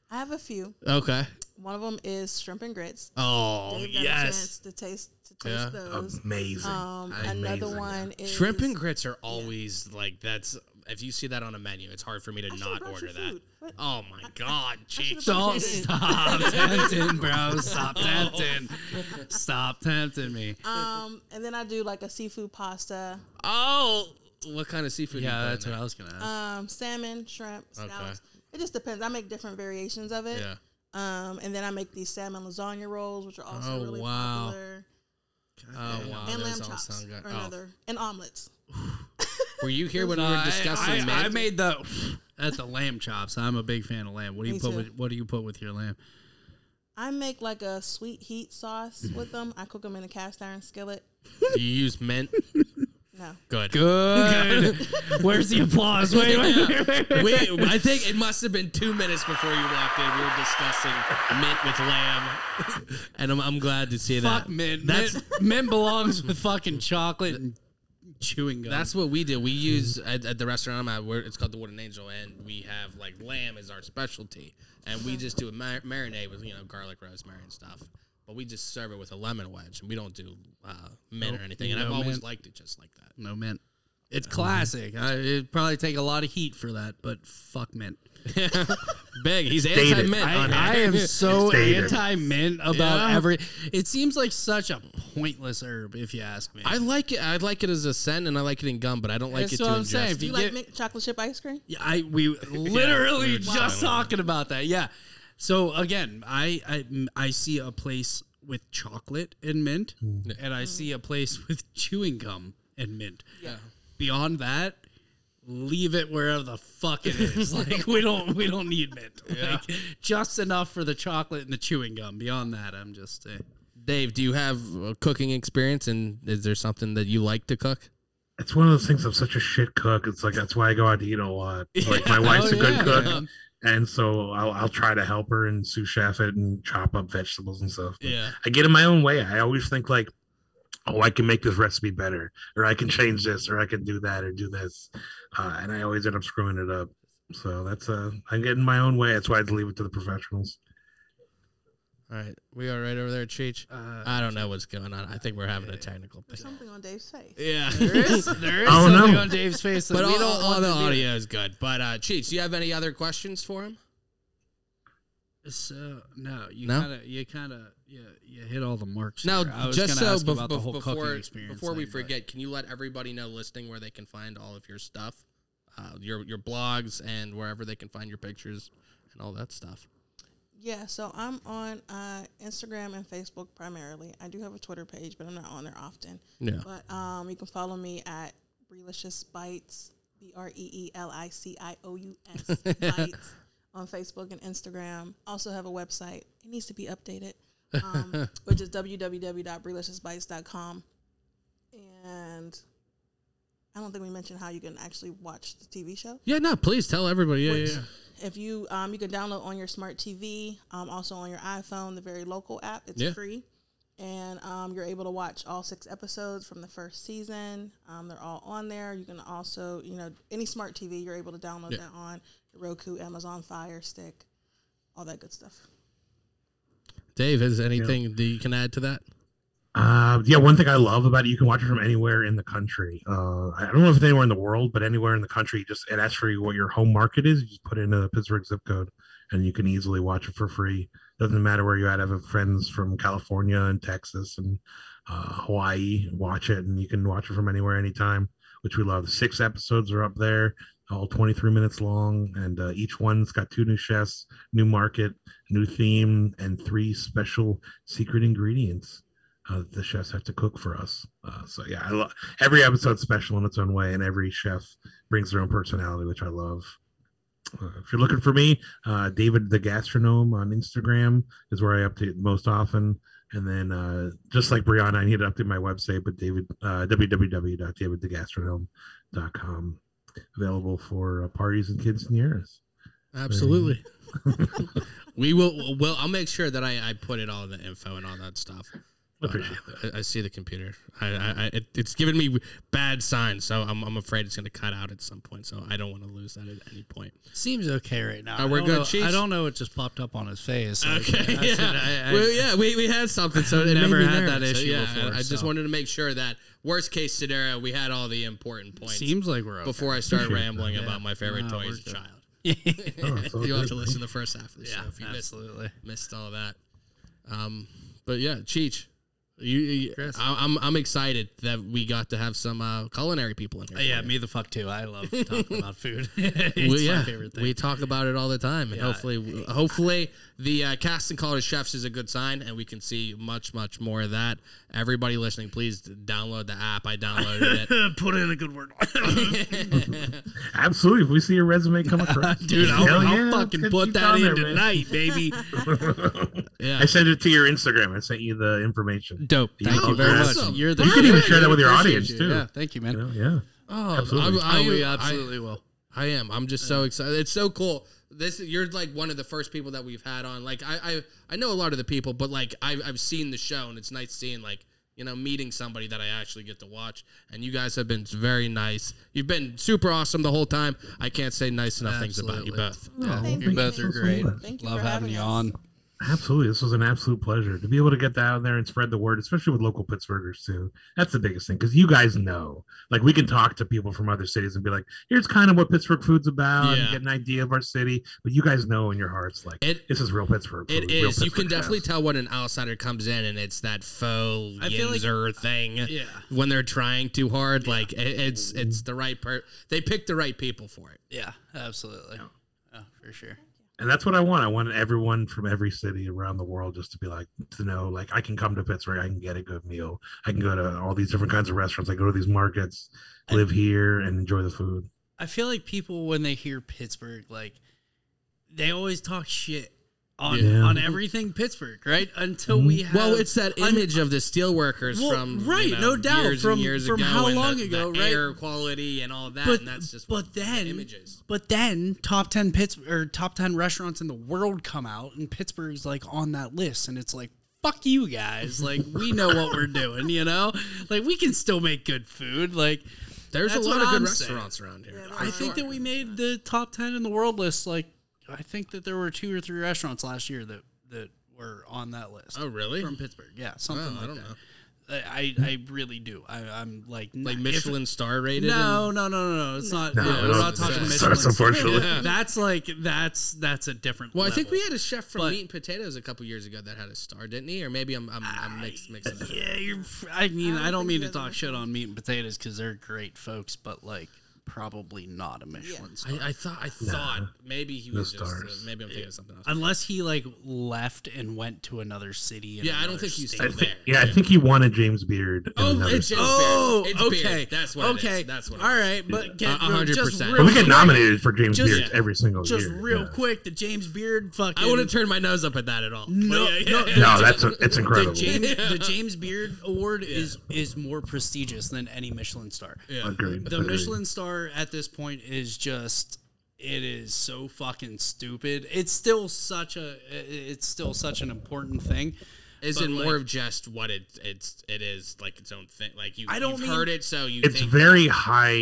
Speaker 7: I have a few.
Speaker 1: Okay.
Speaker 7: One of them is shrimp and grits.
Speaker 1: Oh,
Speaker 7: Dave got a chance to taste to taste
Speaker 1: Yeah.
Speaker 7: those.
Speaker 8: Amazing.
Speaker 2: Oh.
Speaker 7: Um,
Speaker 8: Amazing.
Speaker 7: another one is
Speaker 1: shrimp and grits are always like that's. If you see that on a menu, it's hard for me to
Speaker 7: should've
Speaker 1: not
Speaker 7: brought
Speaker 1: order
Speaker 7: you
Speaker 1: that.
Speaker 7: food. What?
Speaker 1: Oh my god,
Speaker 7: should've
Speaker 1: Cheech!
Speaker 7: brought
Speaker 2: Don't stop tempting, bro. Stop tempting. Stop tempting me.
Speaker 7: Um, and then I do like a seafood pasta,
Speaker 1: Oh, what kind of seafood? do you
Speaker 2: Yeah,
Speaker 1: put in
Speaker 2: that's
Speaker 1: there?
Speaker 2: what I was gonna ask.
Speaker 7: um, salmon, shrimp, scallops. It just depends. I make different variations of it.
Speaker 1: Yeah.
Speaker 7: Um, and then I make these salmon lasagna rolls, which are also
Speaker 1: Oh,
Speaker 7: really
Speaker 1: wow.
Speaker 7: popular.
Speaker 1: Oh wow,
Speaker 7: and lamb
Speaker 1: those all
Speaker 7: chops
Speaker 1: sound good.
Speaker 7: are
Speaker 1: Oh.
Speaker 7: another, and omelets.
Speaker 1: Were you here when we
Speaker 2: Uh,
Speaker 1: were
Speaker 2: I-
Speaker 1: discussing?
Speaker 2: I, I
Speaker 1: mint?
Speaker 2: made the at the lamb chops. I'm a big fan of lamb. What do you
Speaker 7: Me
Speaker 2: put
Speaker 7: too.
Speaker 2: with What do you put with your lamb?
Speaker 7: I make like a sweet heat sauce with them. I cook them in a cast iron skillet.
Speaker 1: Do you use mint?
Speaker 7: No,
Speaker 1: Good.
Speaker 2: Good. Where's the applause? Wait, wait, wait, wait, wait.
Speaker 1: Wait, I think it must have been two minutes before you walked in. We were discussing mint with lamb, and I'm, I'm glad to see that.
Speaker 2: Fuck mint. That's mint belongs with fucking chocolate and chewing gum.
Speaker 1: That's what we do. We use at, at the restaurant I'm at. Where it's called the Wooden Angel, and we have like lamb is our specialty, and we just do a mar- marinade with you know garlic, rosemary, and stuff. but we just serve it with a lemon wedge, and we don't do uh, mint
Speaker 2: Nope.
Speaker 1: or anything. And
Speaker 2: No
Speaker 1: I've always
Speaker 2: mint.
Speaker 1: liked it just like that.
Speaker 2: No mint. It's classic. I, it'd probably take a lot of heat for that, but fuck mint.
Speaker 1: Big, he's
Speaker 8: Dated.
Speaker 1: anti mint.
Speaker 2: I,
Speaker 1: on
Speaker 2: I
Speaker 1: here.
Speaker 2: am so
Speaker 8: dated.
Speaker 2: anti mint about
Speaker 1: Yeah.
Speaker 2: every. It seems like such a pointless herb, if you ask me.
Speaker 1: I like it. I like it as a scent, and I like it in gum, but I don't like
Speaker 2: That's
Speaker 1: it
Speaker 2: what
Speaker 1: to
Speaker 2: I'm
Speaker 1: ingest.
Speaker 2: saying. If
Speaker 7: Do you
Speaker 2: You
Speaker 7: like
Speaker 2: get-
Speaker 7: mint chocolate chip ice cream?
Speaker 2: Yeah, I we literally
Speaker 1: were
Speaker 2: just
Speaker 1: just
Speaker 2: talking about that. Yeah. So again, I I, mm, I see a place with chocolate and mint,
Speaker 8: Mm.
Speaker 2: and I see a place with chewing gum and mint. Yeah. Beyond that, leave it wherever the fuck it is. like we don't we don't need mint. Like, just enough for the chocolate and the chewing gum. Beyond that, I'm just. Uh,
Speaker 1: Dave, do you have a cooking experience, and is there something that you like to cook?
Speaker 8: It's one of those things. I'm such a shit cook. It's like that's why I go out to eat a lot. Like my wife's a
Speaker 2: Oh,
Speaker 8: good
Speaker 2: yeah.
Speaker 8: cook, and so I'll, I'll try to help her and sous chef it and chop up vegetables and stuff. But
Speaker 1: Yeah.
Speaker 8: I get in my own way. I always think like, oh, I can make this recipe better, or I can change this, or I can do that, or do this, uh, and I always end up screwing it up. So that's uh, I get in my own way. That's why I leave it to the professionals.
Speaker 1: All right, we are right over there, Cheech. I don't know what's going on. I think we're having a technical
Speaker 7: There's
Speaker 1: thing.
Speaker 7: something on Dave's face.
Speaker 1: Yeah,
Speaker 2: there is
Speaker 8: Oh,
Speaker 2: something
Speaker 8: no.
Speaker 2: on Dave's face that
Speaker 1: but
Speaker 2: we
Speaker 1: all,
Speaker 2: don't
Speaker 1: all
Speaker 2: want
Speaker 1: the
Speaker 2: to do.
Speaker 1: audio is good. But uh, Cheech, do you have any other questions for him?
Speaker 2: So uh, no, you
Speaker 1: No?
Speaker 2: kind of, you kind of, you, you hit all the marks.
Speaker 1: Now,
Speaker 2: there. I was
Speaker 1: just
Speaker 2: gonna
Speaker 1: so
Speaker 2: ask
Speaker 1: bef-
Speaker 2: about the
Speaker 1: bef-
Speaker 2: whole cooking
Speaker 1: before
Speaker 2: experience
Speaker 1: before we
Speaker 2: thing, but-
Speaker 1: forget, can you let everybody know listening where they can find all of your stuff, uh, your your blogs, and wherever they can find your pictures and all that stuff?
Speaker 7: Yeah, so I'm on uh, Instagram and Facebook primarily. I do have a Twitter page, but I'm not on there often.
Speaker 1: Yeah.
Speaker 7: But um, you can follow me at Brelicious Bites, B R E E L I C I O U S Bites on Facebook and Instagram. Also have a website. It needs to be updated, um, which is www.breliciousbites.com. And I don't think we mentioned how you can actually watch the TV show
Speaker 1: Yeah, no, please tell everybody. Yeah,
Speaker 7: yeah, if you um, you can download on your smart TV, um, also on your iPhone, the very local app. It's
Speaker 1: Yeah.
Speaker 7: free, and um, you're able to watch all six episodes from the first season. Um, they're all on there. You can also, you know, any smart TV, you're able to download
Speaker 1: Yeah.
Speaker 7: that on your Roku, Amazon Fire Stick, all that good stuff.
Speaker 1: Dave, is anything that you can add to that?
Speaker 8: Uh, yeah, one thing I love about it, you can watch it from anywhere in the country. Uh, I don't know if it's anywhere in the world, but anywhere in the country, just it asks for you what your home market is. You just put in a Pittsburgh zip code, and you can easily watch it for free. Doesn't matter where you're at. I have friends from California and Texas and uh, Hawaii watch it, and you can watch it from anywhere, anytime, which we love. The six episodes are up there, all 23 minutes long, and uh, each one's got two new chefs, new market, new theme, and three special secret ingredients uh, the chefs have to cook for us. Uh, so yeah, I lo- every episode's special in its own way, and every chef brings their own personality, which I love. Uh, if you're looking for me, uh, David the Gastronome on Instagram is where I update most often. And then, uh, just like Brianna, I need to update my website, but David uh, www.davidthegastronome.com available for uh, parties and kids and years.
Speaker 1: Absolutely. we will. Well, I'll make sure that I, I put it all in the info and all that stuff. But, uh,
Speaker 8: Appreciate
Speaker 1: I, I see the computer. I, I, I it, it's giving me bad signs, so I'm, I'm afraid it's going to cut out at some point. So I don't want to lose that at any point.
Speaker 2: Seems okay right now.
Speaker 1: Uh, we're
Speaker 2: I don't
Speaker 1: good,
Speaker 2: know-
Speaker 1: Chiefs?
Speaker 2: Oh, I don't know. It just popped up on his face. Like,
Speaker 1: Okay,
Speaker 2: I
Speaker 1: yeah,
Speaker 2: said, I- I-
Speaker 1: well, yeah, we, we had something, so it
Speaker 2: Never
Speaker 1: made me
Speaker 2: had that
Speaker 1: nervous. So,
Speaker 2: issue
Speaker 1: yeah,
Speaker 2: before,
Speaker 1: I, I just
Speaker 2: so.
Speaker 1: wanted to make sure that worst case scenario, we had all the important points
Speaker 2: seems like we're okay.
Speaker 1: before I start
Speaker 8: Appreciate
Speaker 1: rambling
Speaker 2: that.
Speaker 1: about my favorite
Speaker 2: No,
Speaker 1: toy
Speaker 2: we're
Speaker 1: as a
Speaker 2: good.
Speaker 1: child.
Speaker 8: Oh, it's all
Speaker 1: You'll have
Speaker 8: good,
Speaker 1: to
Speaker 8: man.
Speaker 1: listen to the first half of the
Speaker 2: yeah,
Speaker 1: show if you missed,
Speaker 2: absolutely.
Speaker 1: missed all that. Um, but yeah, Cheech, you, you I, I'm I'm excited that we got to have some uh, culinary people in here.
Speaker 2: Uh, yeah,
Speaker 1: for you.
Speaker 2: me the fuck too. I love talking about food. it's
Speaker 1: We- yeah,
Speaker 2: my favorite thing.
Speaker 1: we talk about it all the time, and
Speaker 2: Yeah.
Speaker 1: hopefully, hopefully, the uh, casting call to chefs is a good sign, and we can see much, much more of that. Everybody listening, please download the app. I downloaded it.
Speaker 2: Put in a good word,
Speaker 8: Absolutely. If we see your resume come across,
Speaker 2: dude. I'll,
Speaker 8: hell
Speaker 2: I'll
Speaker 8: yeah,
Speaker 2: fucking
Speaker 8: it's-
Speaker 2: put
Speaker 8: it's
Speaker 2: that
Speaker 8: on
Speaker 2: in
Speaker 8: there, man.
Speaker 2: tonight, baby.
Speaker 1: Yeah,
Speaker 8: I sent it to your Instagram. I sent you the information.
Speaker 2: Dope.
Speaker 8: You
Speaker 2: Thank
Speaker 8: can
Speaker 2: you very
Speaker 8: awesome.
Speaker 2: much. You're the.
Speaker 8: You can even share that with your
Speaker 2: Appreciate
Speaker 8: audience,
Speaker 2: you.
Speaker 8: too.
Speaker 2: Yeah, thank you, man.
Speaker 8: You know, yeah.
Speaker 1: oh,
Speaker 8: Absolutely.
Speaker 1: I, I,
Speaker 2: oh, we
Speaker 1: I-
Speaker 2: absolutely will.
Speaker 1: I am. I'm just so excited. It's so cool. This you're like one of the first people that we've had on. Like I I, I know a lot of the people, but like I've, I've seen the show and it's nice seeing like you know meeting somebody that I actually get to watch. And you guys have been very nice. You've been super awesome the whole time. I can't say nice enough things about you
Speaker 2: Absolutely.
Speaker 1: both.
Speaker 7: Thank
Speaker 2: you both are great.
Speaker 7: Thank you
Speaker 2: Love
Speaker 7: for
Speaker 2: having
Speaker 7: having
Speaker 2: you
Speaker 7: us.
Speaker 2: on.
Speaker 8: Absolutely. This was an absolute pleasure to be able to get that out there and spread the word, especially with local Pittsburghers, too. That's the biggest thing because you guys know, like, we can talk to people from other cities and be like, here's kind of what Pittsburgh food's about
Speaker 1: Yeah.
Speaker 8: and get an idea of our city. But you guys know in your hearts, like,
Speaker 1: It-
Speaker 8: this is real Pittsburgh.
Speaker 1: It
Speaker 8: food, real
Speaker 1: is. You can
Speaker 8: Pittsburgh
Speaker 1: definitely
Speaker 8: chefs.
Speaker 1: tell when an outsider comes in, and it's that faux
Speaker 2: I feel like-
Speaker 1: yinzer thing.
Speaker 2: Yeah.
Speaker 1: When they're trying too hard, like it, it's it's the right per. They pick the right people for it.
Speaker 2: Yeah, absolutely. Oh, for sure.
Speaker 8: And that's what I want. I want everyone from every city around the world just to be like, to know, like, I can come to Pittsburgh. I can get a good meal. I can go to all these different kinds of restaurants. I go to these markets, live here, and enjoy the food.
Speaker 2: I feel like people when they hear Pittsburgh, like they always talk shit on
Speaker 8: Yeah.
Speaker 2: on everything Pittsburgh, right? Until we have
Speaker 1: Well, it's that
Speaker 2: un-
Speaker 1: image of the steelworkers
Speaker 2: Well,
Speaker 1: from you
Speaker 2: right,
Speaker 1: know,
Speaker 2: no doubt,
Speaker 1: years
Speaker 2: from-
Speaker 1: and years
Speaker 2: from
Speaker 1: ago,
Speaker 2: how
Speaker 1: and the-
Speaker 2: long
Speaker 1: the
Speaker 2: ago, right?
Speaker 1: Air quality and all that,
Speaker 2: but
Speaker 1: and that's just
Speaker 2: but then
Speaker 1: images.
Speaker 2: But then top ten Pitts or top ten restaurants in the world come out, and Pittsburgh's like on that list, and it's like. Fuck you guys! Like we know what we're doing, you know. Like we can still make good food. Like
Speaker 1: There's
Speaker 2: That's
Speaker 1: a lot
Speaker 2: what
Speaker 1: of good
Speaker 2: I'm saying.
Speaker 1: restaurants around here.
Speaker 2: I think that we made the top ten in the world list. Like, I think that there were two or three restaurants last year that that were on that list.
Speaker 1: Oh, really?
Speaker 2: From Pittsburgh, yeah, something
Speaker 1: Oh,
Speaker 2: like
Speaker 1: I don't
Speaker 2: that.
Speaker 1: know.
Speaker 2: I I really do. I, I'm like
Speaker 1: Like
Speaker 2: if-
Speaker 1: Michelin star rated.
Speaker 2: No, no, no, no, no. It's not. yeah,
Speaker 8: it
Speaker 2: we're
Speaker 8: all
Speaker 2: not talking
Speaker 1: sucks.
Speaker 2: Michelin.
Speaker 8: Sucks, unfortunately.
Speaker 2: Yeah. That's like that's that's a different.
Speaker 1: Well, I think we
Speaker 2: level.
Speaker 1: had a chef from
Speaker 2: But-
Speaker 1: Meat and Potatoes a couple years ago that had a star, didn't he? Or maybe I'm I'm, I'm mixed mixing. it up.
Speaker 2: Yeah, you're. I mean,
Speaker 7: I
Speaker 2: I,
Speaker 7: don't
Speaker 2: don't
Speaker 7: think
Speaker 2: mean
Speaker 7: he
Speaker 2: to
Speaker 7: has a
Speaker 2: talk shit on meat and potatoes because they're great folks, but like probably not a Michelin star.
Speaker 1: I, I thought I thought maybe he was just uh,
Speaker 8: stars.
Speaker 1: maybe I'm thinking of something else.
Speaker 2: Unless he like left and went to another city. and
Speaker 1: Yeah, I don't
Speaker 2: another
Speaker 1: think he's
Speaker 2: state.
Speaker 1: still
Speaker 8: I think,
Speaker 1: there.
Speaker 8: yeah, I think he wanted James Beard. in
Speaker 1: Oh,
Speaker 8: another
Speaker 1: it's
Speaker 8: state.
Speaker 1: James
Speaker 2: Oh,
Speaker 1: Beard. It's
Speaker 2: okay.
Speaker 1: Beard. That's what. it is.
Speaker 2: Okay.
Speaker 1: That's what. it
Speaker 2: All
Speaker 1: is.
Speaker 2: right, but get,
Speaker 1: A- a hundred
Speaker 2: just
Speaker 1: percent.
Speaker 2: real
Speaker 8: But we get
Speaker 2: quick-
Speaker 8: nominated for James
Speaker 2: Just-
Speaker 8: Beard every single
Speaker 2: Just
Speaker 8: year.
Speaker 2: real
Speaker 8: yeah.
Speaker 2: quick, the James Beard fucking.
Speaker 1: I wouldn't turn my nose up at that at all.
Speaker 2: No,
Speaker 1: But
Speaker 2: no,
Speaker 8: No, that's a, it's
Speaker 2: the
Speaker 8: incredible.
Speaker 2: James, the James Beard Award is is more prestigious than any Michelin star.
Speaker 1: yeah.
Speaker 8: Agreed.
Speaker 2: The
Speaker 8: Agreed.
Speaker 2: Michelin star at this point is just it is so fucking stupid. It's still such a it's still such an important thing.
Speaker 1: Is
Speaker 2: But,
Speaker 1: it more
Speaker 2: like-
Speaker 1: of just what it it's it is like its own thing? Like you,
Speaker 2: I don't
Speaker 1: you've
Speaker 2: mean-
Speaker 1: heard it, so you
Speaker 8: It's
Speaker 1: think
Speaker 8: very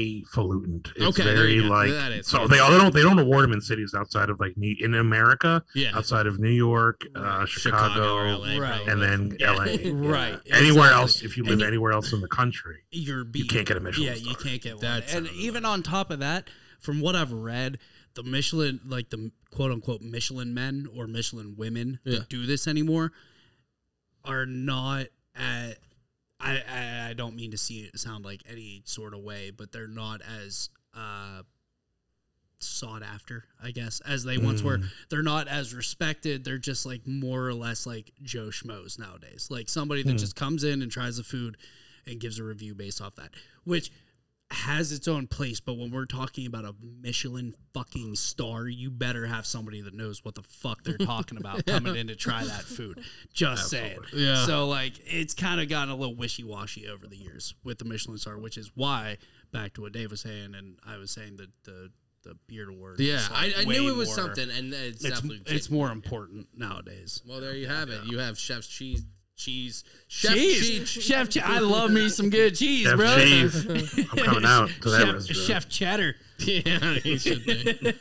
Speaker 8: highfalutin. It's
Speaker 1: Okay, there
Speaker 8: very
Speaker 1: you go.
Speaker 8: like
Speaker 1: That is-
Speaker 8: so they, they don't they don't award them in cities outside of like New, in America,
Speaker 1: Yeah.
Speaker 8: outside of New York, uh,
Speaker 1: Chicago or
Speaker 8: Chicago,
Speaker 1: LA,
Speaker 2: Right.
Speaker 1: probably.
Speaker 8: and then
Speaker 1: Yeah.
Speaker 8: LA.
Speaker 2: Right.
Speaker 8: Anywhere
Speaker 2: Exactly.
Speaker 8: else, if you live
Speaker 2: And you-
Speaker 8: anywhere else in the country,
Speaker 2: you're beat.
Speaker 8: can't get a Michelin
Speaker 2: Yeah, you
Speaker 8: star.
Speaker 2: can't get one.
Speaker 1: That's
Speaker 2: and
Speaker 1: not
Speaker 2: even on top of that, from what I've read, the Michelin, like the quote unquote Michelin men or Michelin women
Speaker 1: Yeah.
Speaker 2: that do this anymore, are not at. I, I I don't mean to see it sound like any sort of way, but they're not as uh, sought after, I guess, as they once
Speaker 1: Mm,
Speaker 2: were. They're not as respected. They're just like more or less like Joe Schmoes nowadays. Like somebody
Speaker 1: Hmm.
Speaker 2: that just comes in and tries the food and gives a review based off that, which has its own place. But when we're talking about a Michelin fucking star, you better have somebody that knows what the fuck they're talking about coming in to try that food. Just saying.
Speaker 1: Yeah.
Speaker 2: So like it's kind of gotten a little wishy washy over the years with the Michelin star, which is why back to what Dave was saying and I was saying that the the beard award. is,
Speaker 1: Yeah, I,
Speaker 2: like,
Speaker 1: I
Speaker 2: way
Speaker 1: knew it was
Speaker 2: more-
Speaker 1: something, and it's,
Speaker 2: It's,
Speaker 1: definitely
Speaker 2: it's more important nowadays.
Speaker 1: Well, there you have it. You have chef's cheese, cheese, chef
Speaker 2: cheese,
Speaker 1: cheese.
Speaker 2: chef. Che- I love me some good cheese,
Speaker 8: Chef
Speaker 2: bro.
Speaker 8: cheese. I'm coming out to that
Speaker 2: chef,
Speaker 8: restaurant.
Speaker 2: chef Cheddar.
Speaker 1: Yeah, he should be.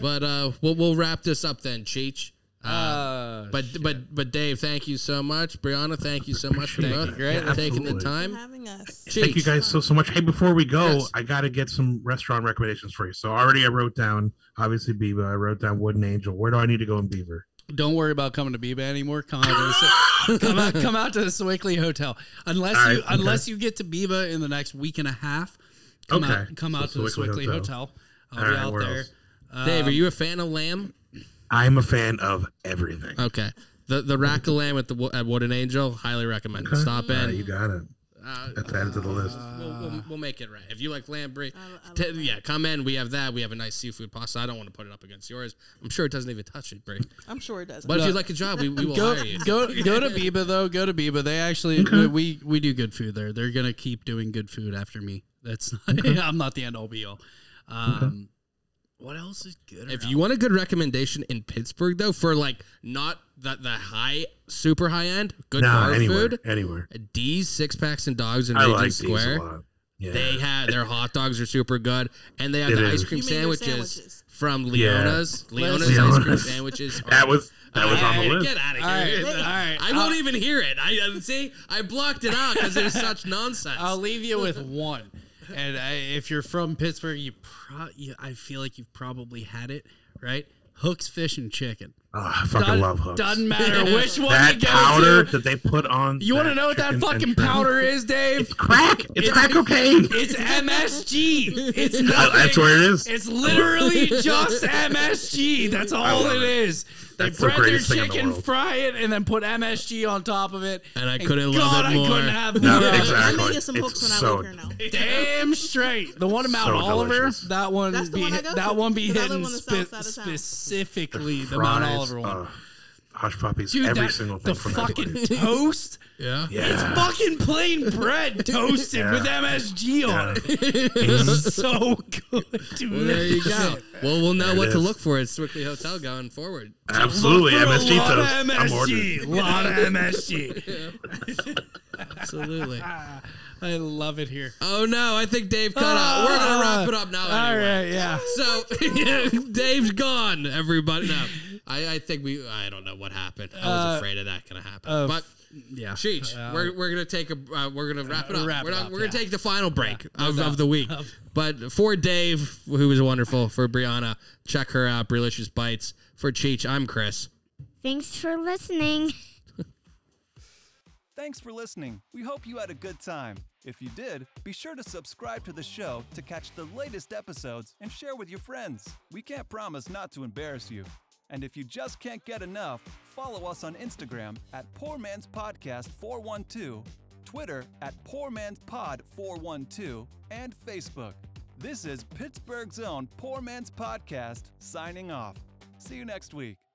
Speaker 1: but uh, we'll, we'll wrap this up then, Cheech. Uh, but but but Dave, thank you so much. Brianna, thank you so much for both great
Speaker 8: Yeah,
Speaker 1: taking the
Speaker 7: for
Speaker 8: absolutely.
Speaker 1: time.
Speaker 7: having us.
Speaker 1: Cheech,
Speaker 8: Thank you guys so so much. Hey, before we go,
Speaker 1: Yes.
Speaker 8: I gotta get some restaurant recommendations for you. So already I wrote down obviously Biba. I wrote down Wooden Angel. Where do I need to go in Beaver?
Speaker 2: Don't worry about coming to Biba anymore. Come out to the, come out, come out to the Swickley Hotel. Unless
Speaker 8: All right,
Speaker 2: you
Speaker 8: okay.
Speaker 2: unless you get to Biba in the next week and a half, come
Speaker 8: Okay.
Speaker 2: out come
Speaker 8: So
Speaker 2: out to the Swickley
Speaker 8: Swickley
Speaker 2: Hotel.
Speaker 8: Hotel.
Speaker 2: I'll
Speaker 8: All
Speaker 2: be
Speaker 8: right,
Speaker 2: out
Speaker 8: where
Speaker 2: there. Um,
Speaker 8: else?
Speaker 1: Dave, are you a fan of lamb?
Speaker 8: I'm a fan of everything.
Speaker 1: Okay, the the rack of lamb at the Wo- at Wooden Angel, highly recommend. it.
Speaker 8: Okay.
Speaker 1: Stop
Speaker 8: All right,
Speaker 1: in.
Speaker 8: you got it.
Speaker 1: Uh,
Speaker 8: That's added to the list.
Speaker 1: we'll, we'll, we'll make it right. If you like lamb, brie,
Speaker 7: I
Speaker 1: t-
Speaker 7: love lamb.
Speaker 1: yeah, come in. We have that. We have a nice seafood pasta. I don't want to put it up against yours. I'm sure it doesn't even touch it, brie.
Speaker 7: I'm sure it doesn't.
Speaker 1: But if you'd like a job, we, we will
Speaker 2: Go,
Speaker 1: hire you.
Speaker 2: go go to Biba though. Go to Biba. They actually we we do good food there. They're gonna keep doing good food after me. That's not, I'm not the end all be all. Um, What else is good?
Speaker 1: If
Speaker 2: around?
Speaker 1: you want a good recommendation in Pittsburgh, though, for like not the, the high, super high end, good
Speaker 8: No,
Speaker 1: bar
Speaker 8: anywhere,
Speaker 1: food,
Speaker 8: anywhere.
Speaker 1: D's, six packs, and dogs in
Speaker 8: I
Speaker 1: Regent
Speaker 8: like these a
Speaker 1: Square.
Speaker 8: lot. Yeah.
Speaker 1: They have their hot dogs are super good, and they have
Speaker 8: It
Speaker 1: the
Speaker 8: is.
Speaker 1: ice cream
Speaker 7: You mean their
Speaker 1: sandwiches,
Speaker 7: sandwiches.
Speaker 1: from
Speaker 8: Yeah.
Speaker 1: Leona's. Leona's ice cream
Speaker 8: Leona's.
Speaker 1: sandwiches.
Speaker 8: That was That was on the
Speaker 1: Hey,
Speaker 8: list.
Speaker 1: Get out of
Speaker 2: All
Speaker 1: here!
Speaker 2: right, all right.
Speaker 1: I won't even hear it. I uh, see. I blocked it out because it was such nonsense.
Speaker 2: I'll leave you with one. And I, if you're from Pittsburgh, you, pro- you I feel like you've probably had it, right? Hooks, fish, and chicken.
Speaker 8: Oh, I fucking
Speaker 2: Doesn't-
Speaker 8: love hooks.
Speaker 2: Doesn't matter which one
Speaker 8: that
Speaker 2: you go
Speaker 8: powder
Speaker 2: to.
Speaker 8: that they put on.
Speaker 2: You want to know what that
Speaker 8: chicken and
Speaker 2: fucking
Speaker 8: shrimp.
Speaker 2: powder is, Dave?
Speaker 8: Crack. It's, crack cocaine.
Speaker 2: It's MSG. It's nothing.
Speaker 8: Oh, that's what it is.
Speaker 2: It's literally just MSG. That's all
Speaker 8: love
Speaker 2: it
Speaker 8: it.
Speaker 2: is. They
Speaker 8: That's the
Speaker 2: bread their
Speaker 8: greatest thing in the
Speaker 2: chicken,
Speaker 8: world.
Speaker 2: fry it, and then put MSG on top of it.
Speaker 1: And I couldn't love
Speaker 2: God,
Speaker 1: it
Speaker 2: I
Speaker 1: more.
Speaker 2: couldn't have
Speaker 8: No,
Speaker 2: more.
Speaker 8: exactly.
Speaker 7: I'm gonna get some
Speaker 8: It's
Speaker 7: hooks when I
Speaker 8: so-
Speaker 7: leave here now.
Speaker 2: Damn straight. The one in Mount
Speaker 8: So
Speaker 2: Oliver,
Speaker 8: delicious.
Speaker 2: that one
Speaker 7: That's the
Speaker 2: be
Speaker 7: one I
Speaker 2: hit-
Speaker 7: go
Speaker 2: that
Speaker 7: to,
Speaker 2: one be
Speaker 7: 'cause I
Speaker 2: hitting
Speaker 7: live on the
Speaker 2: spe-
Speaker 7: south side of town.
Speaker 2: specifically the Mount
Speaker 8: Fries,
Speaker 2: Oliver one.
Speaker 8: uh, hush puppies.
Speaker 2: Dude,
Speaker 8: every
Speaker 2: that-
Speaker 8: single thing
Speaker 2: the
Speaker 8: from that
Speaker 2: fucking
Speaker 8: place.
Speaker 2: toast.
Speaker 1: yeah.
Speaker 8: Yeah.
Speaker 2: It's fucking plain bread toasted
Speaker 8: Yeah.
Speaker 2: with MSG on it. It's so good, dude.
Speaker 1: Well, there you go. Well, we'll know
Speaker 8: it
Speaker 1: what to
Speaker 8: is.
Speaker 1: look for at Strictly Hotel going forward.
Speaker 8: Absolutely.
Speaker 2: Look for a
Speaker 8: MSG
Speaker 2: lot
Speaker 8: toast.
Speaker 2: Of
Speaker 8: I'm ordering.
Speaker 2: MSG. lot of MSG.
Speaker 1: Absolutely.
Speaker 2: I love it here.
Speaker 1: Oh no, I think Dave cut out. We're gonna wrap it up now.
Speaker 2: All
Speaker 1: Anyway.
Speaker 2: right, yeah.
Speaker 1: So Dave's gone. Everybody, no, I, I think we. I don't know what happened. I was
Speaker 2: Uh,
Speaker 1: afraid of that gonna happen.
Speaker 2: uh,
Speaker 1: but
Speaker 2: Yeah.
Speaker 1: Cheech,
Speaker 2: Uh,
Speaker 1: we're, we're gonna take a. Uh, we're gonna wrap it up.
Speaker 2: Wrap
Speaker 1: we're
Speaker 2: it
Speaker 1: not,
Speaker 2: up,
Speaker 1: we're gonna
Speaker 2: yeah.
Speaker 1: take the final break of, of the week. But for Dave, who was wonderful, for Brianna, check her out. Delicious bites. For Cheech, I'm Chris.
Speaker 9: Thanks for listening.
Speaker 5: Thanks for listening. We hope you had a good time. If you did, be sure to subscribe to the show to catch the latest episodes and share with your friends. We can't promise not to embarrass you. And if you just can't get enough, follow us on Instagram at Poor Man's Podcast 412, Twitter at Poor Man's Pod 412, and Facebook. This is Pittsburgh's own Poor Man's Podcast signing off. See you next week.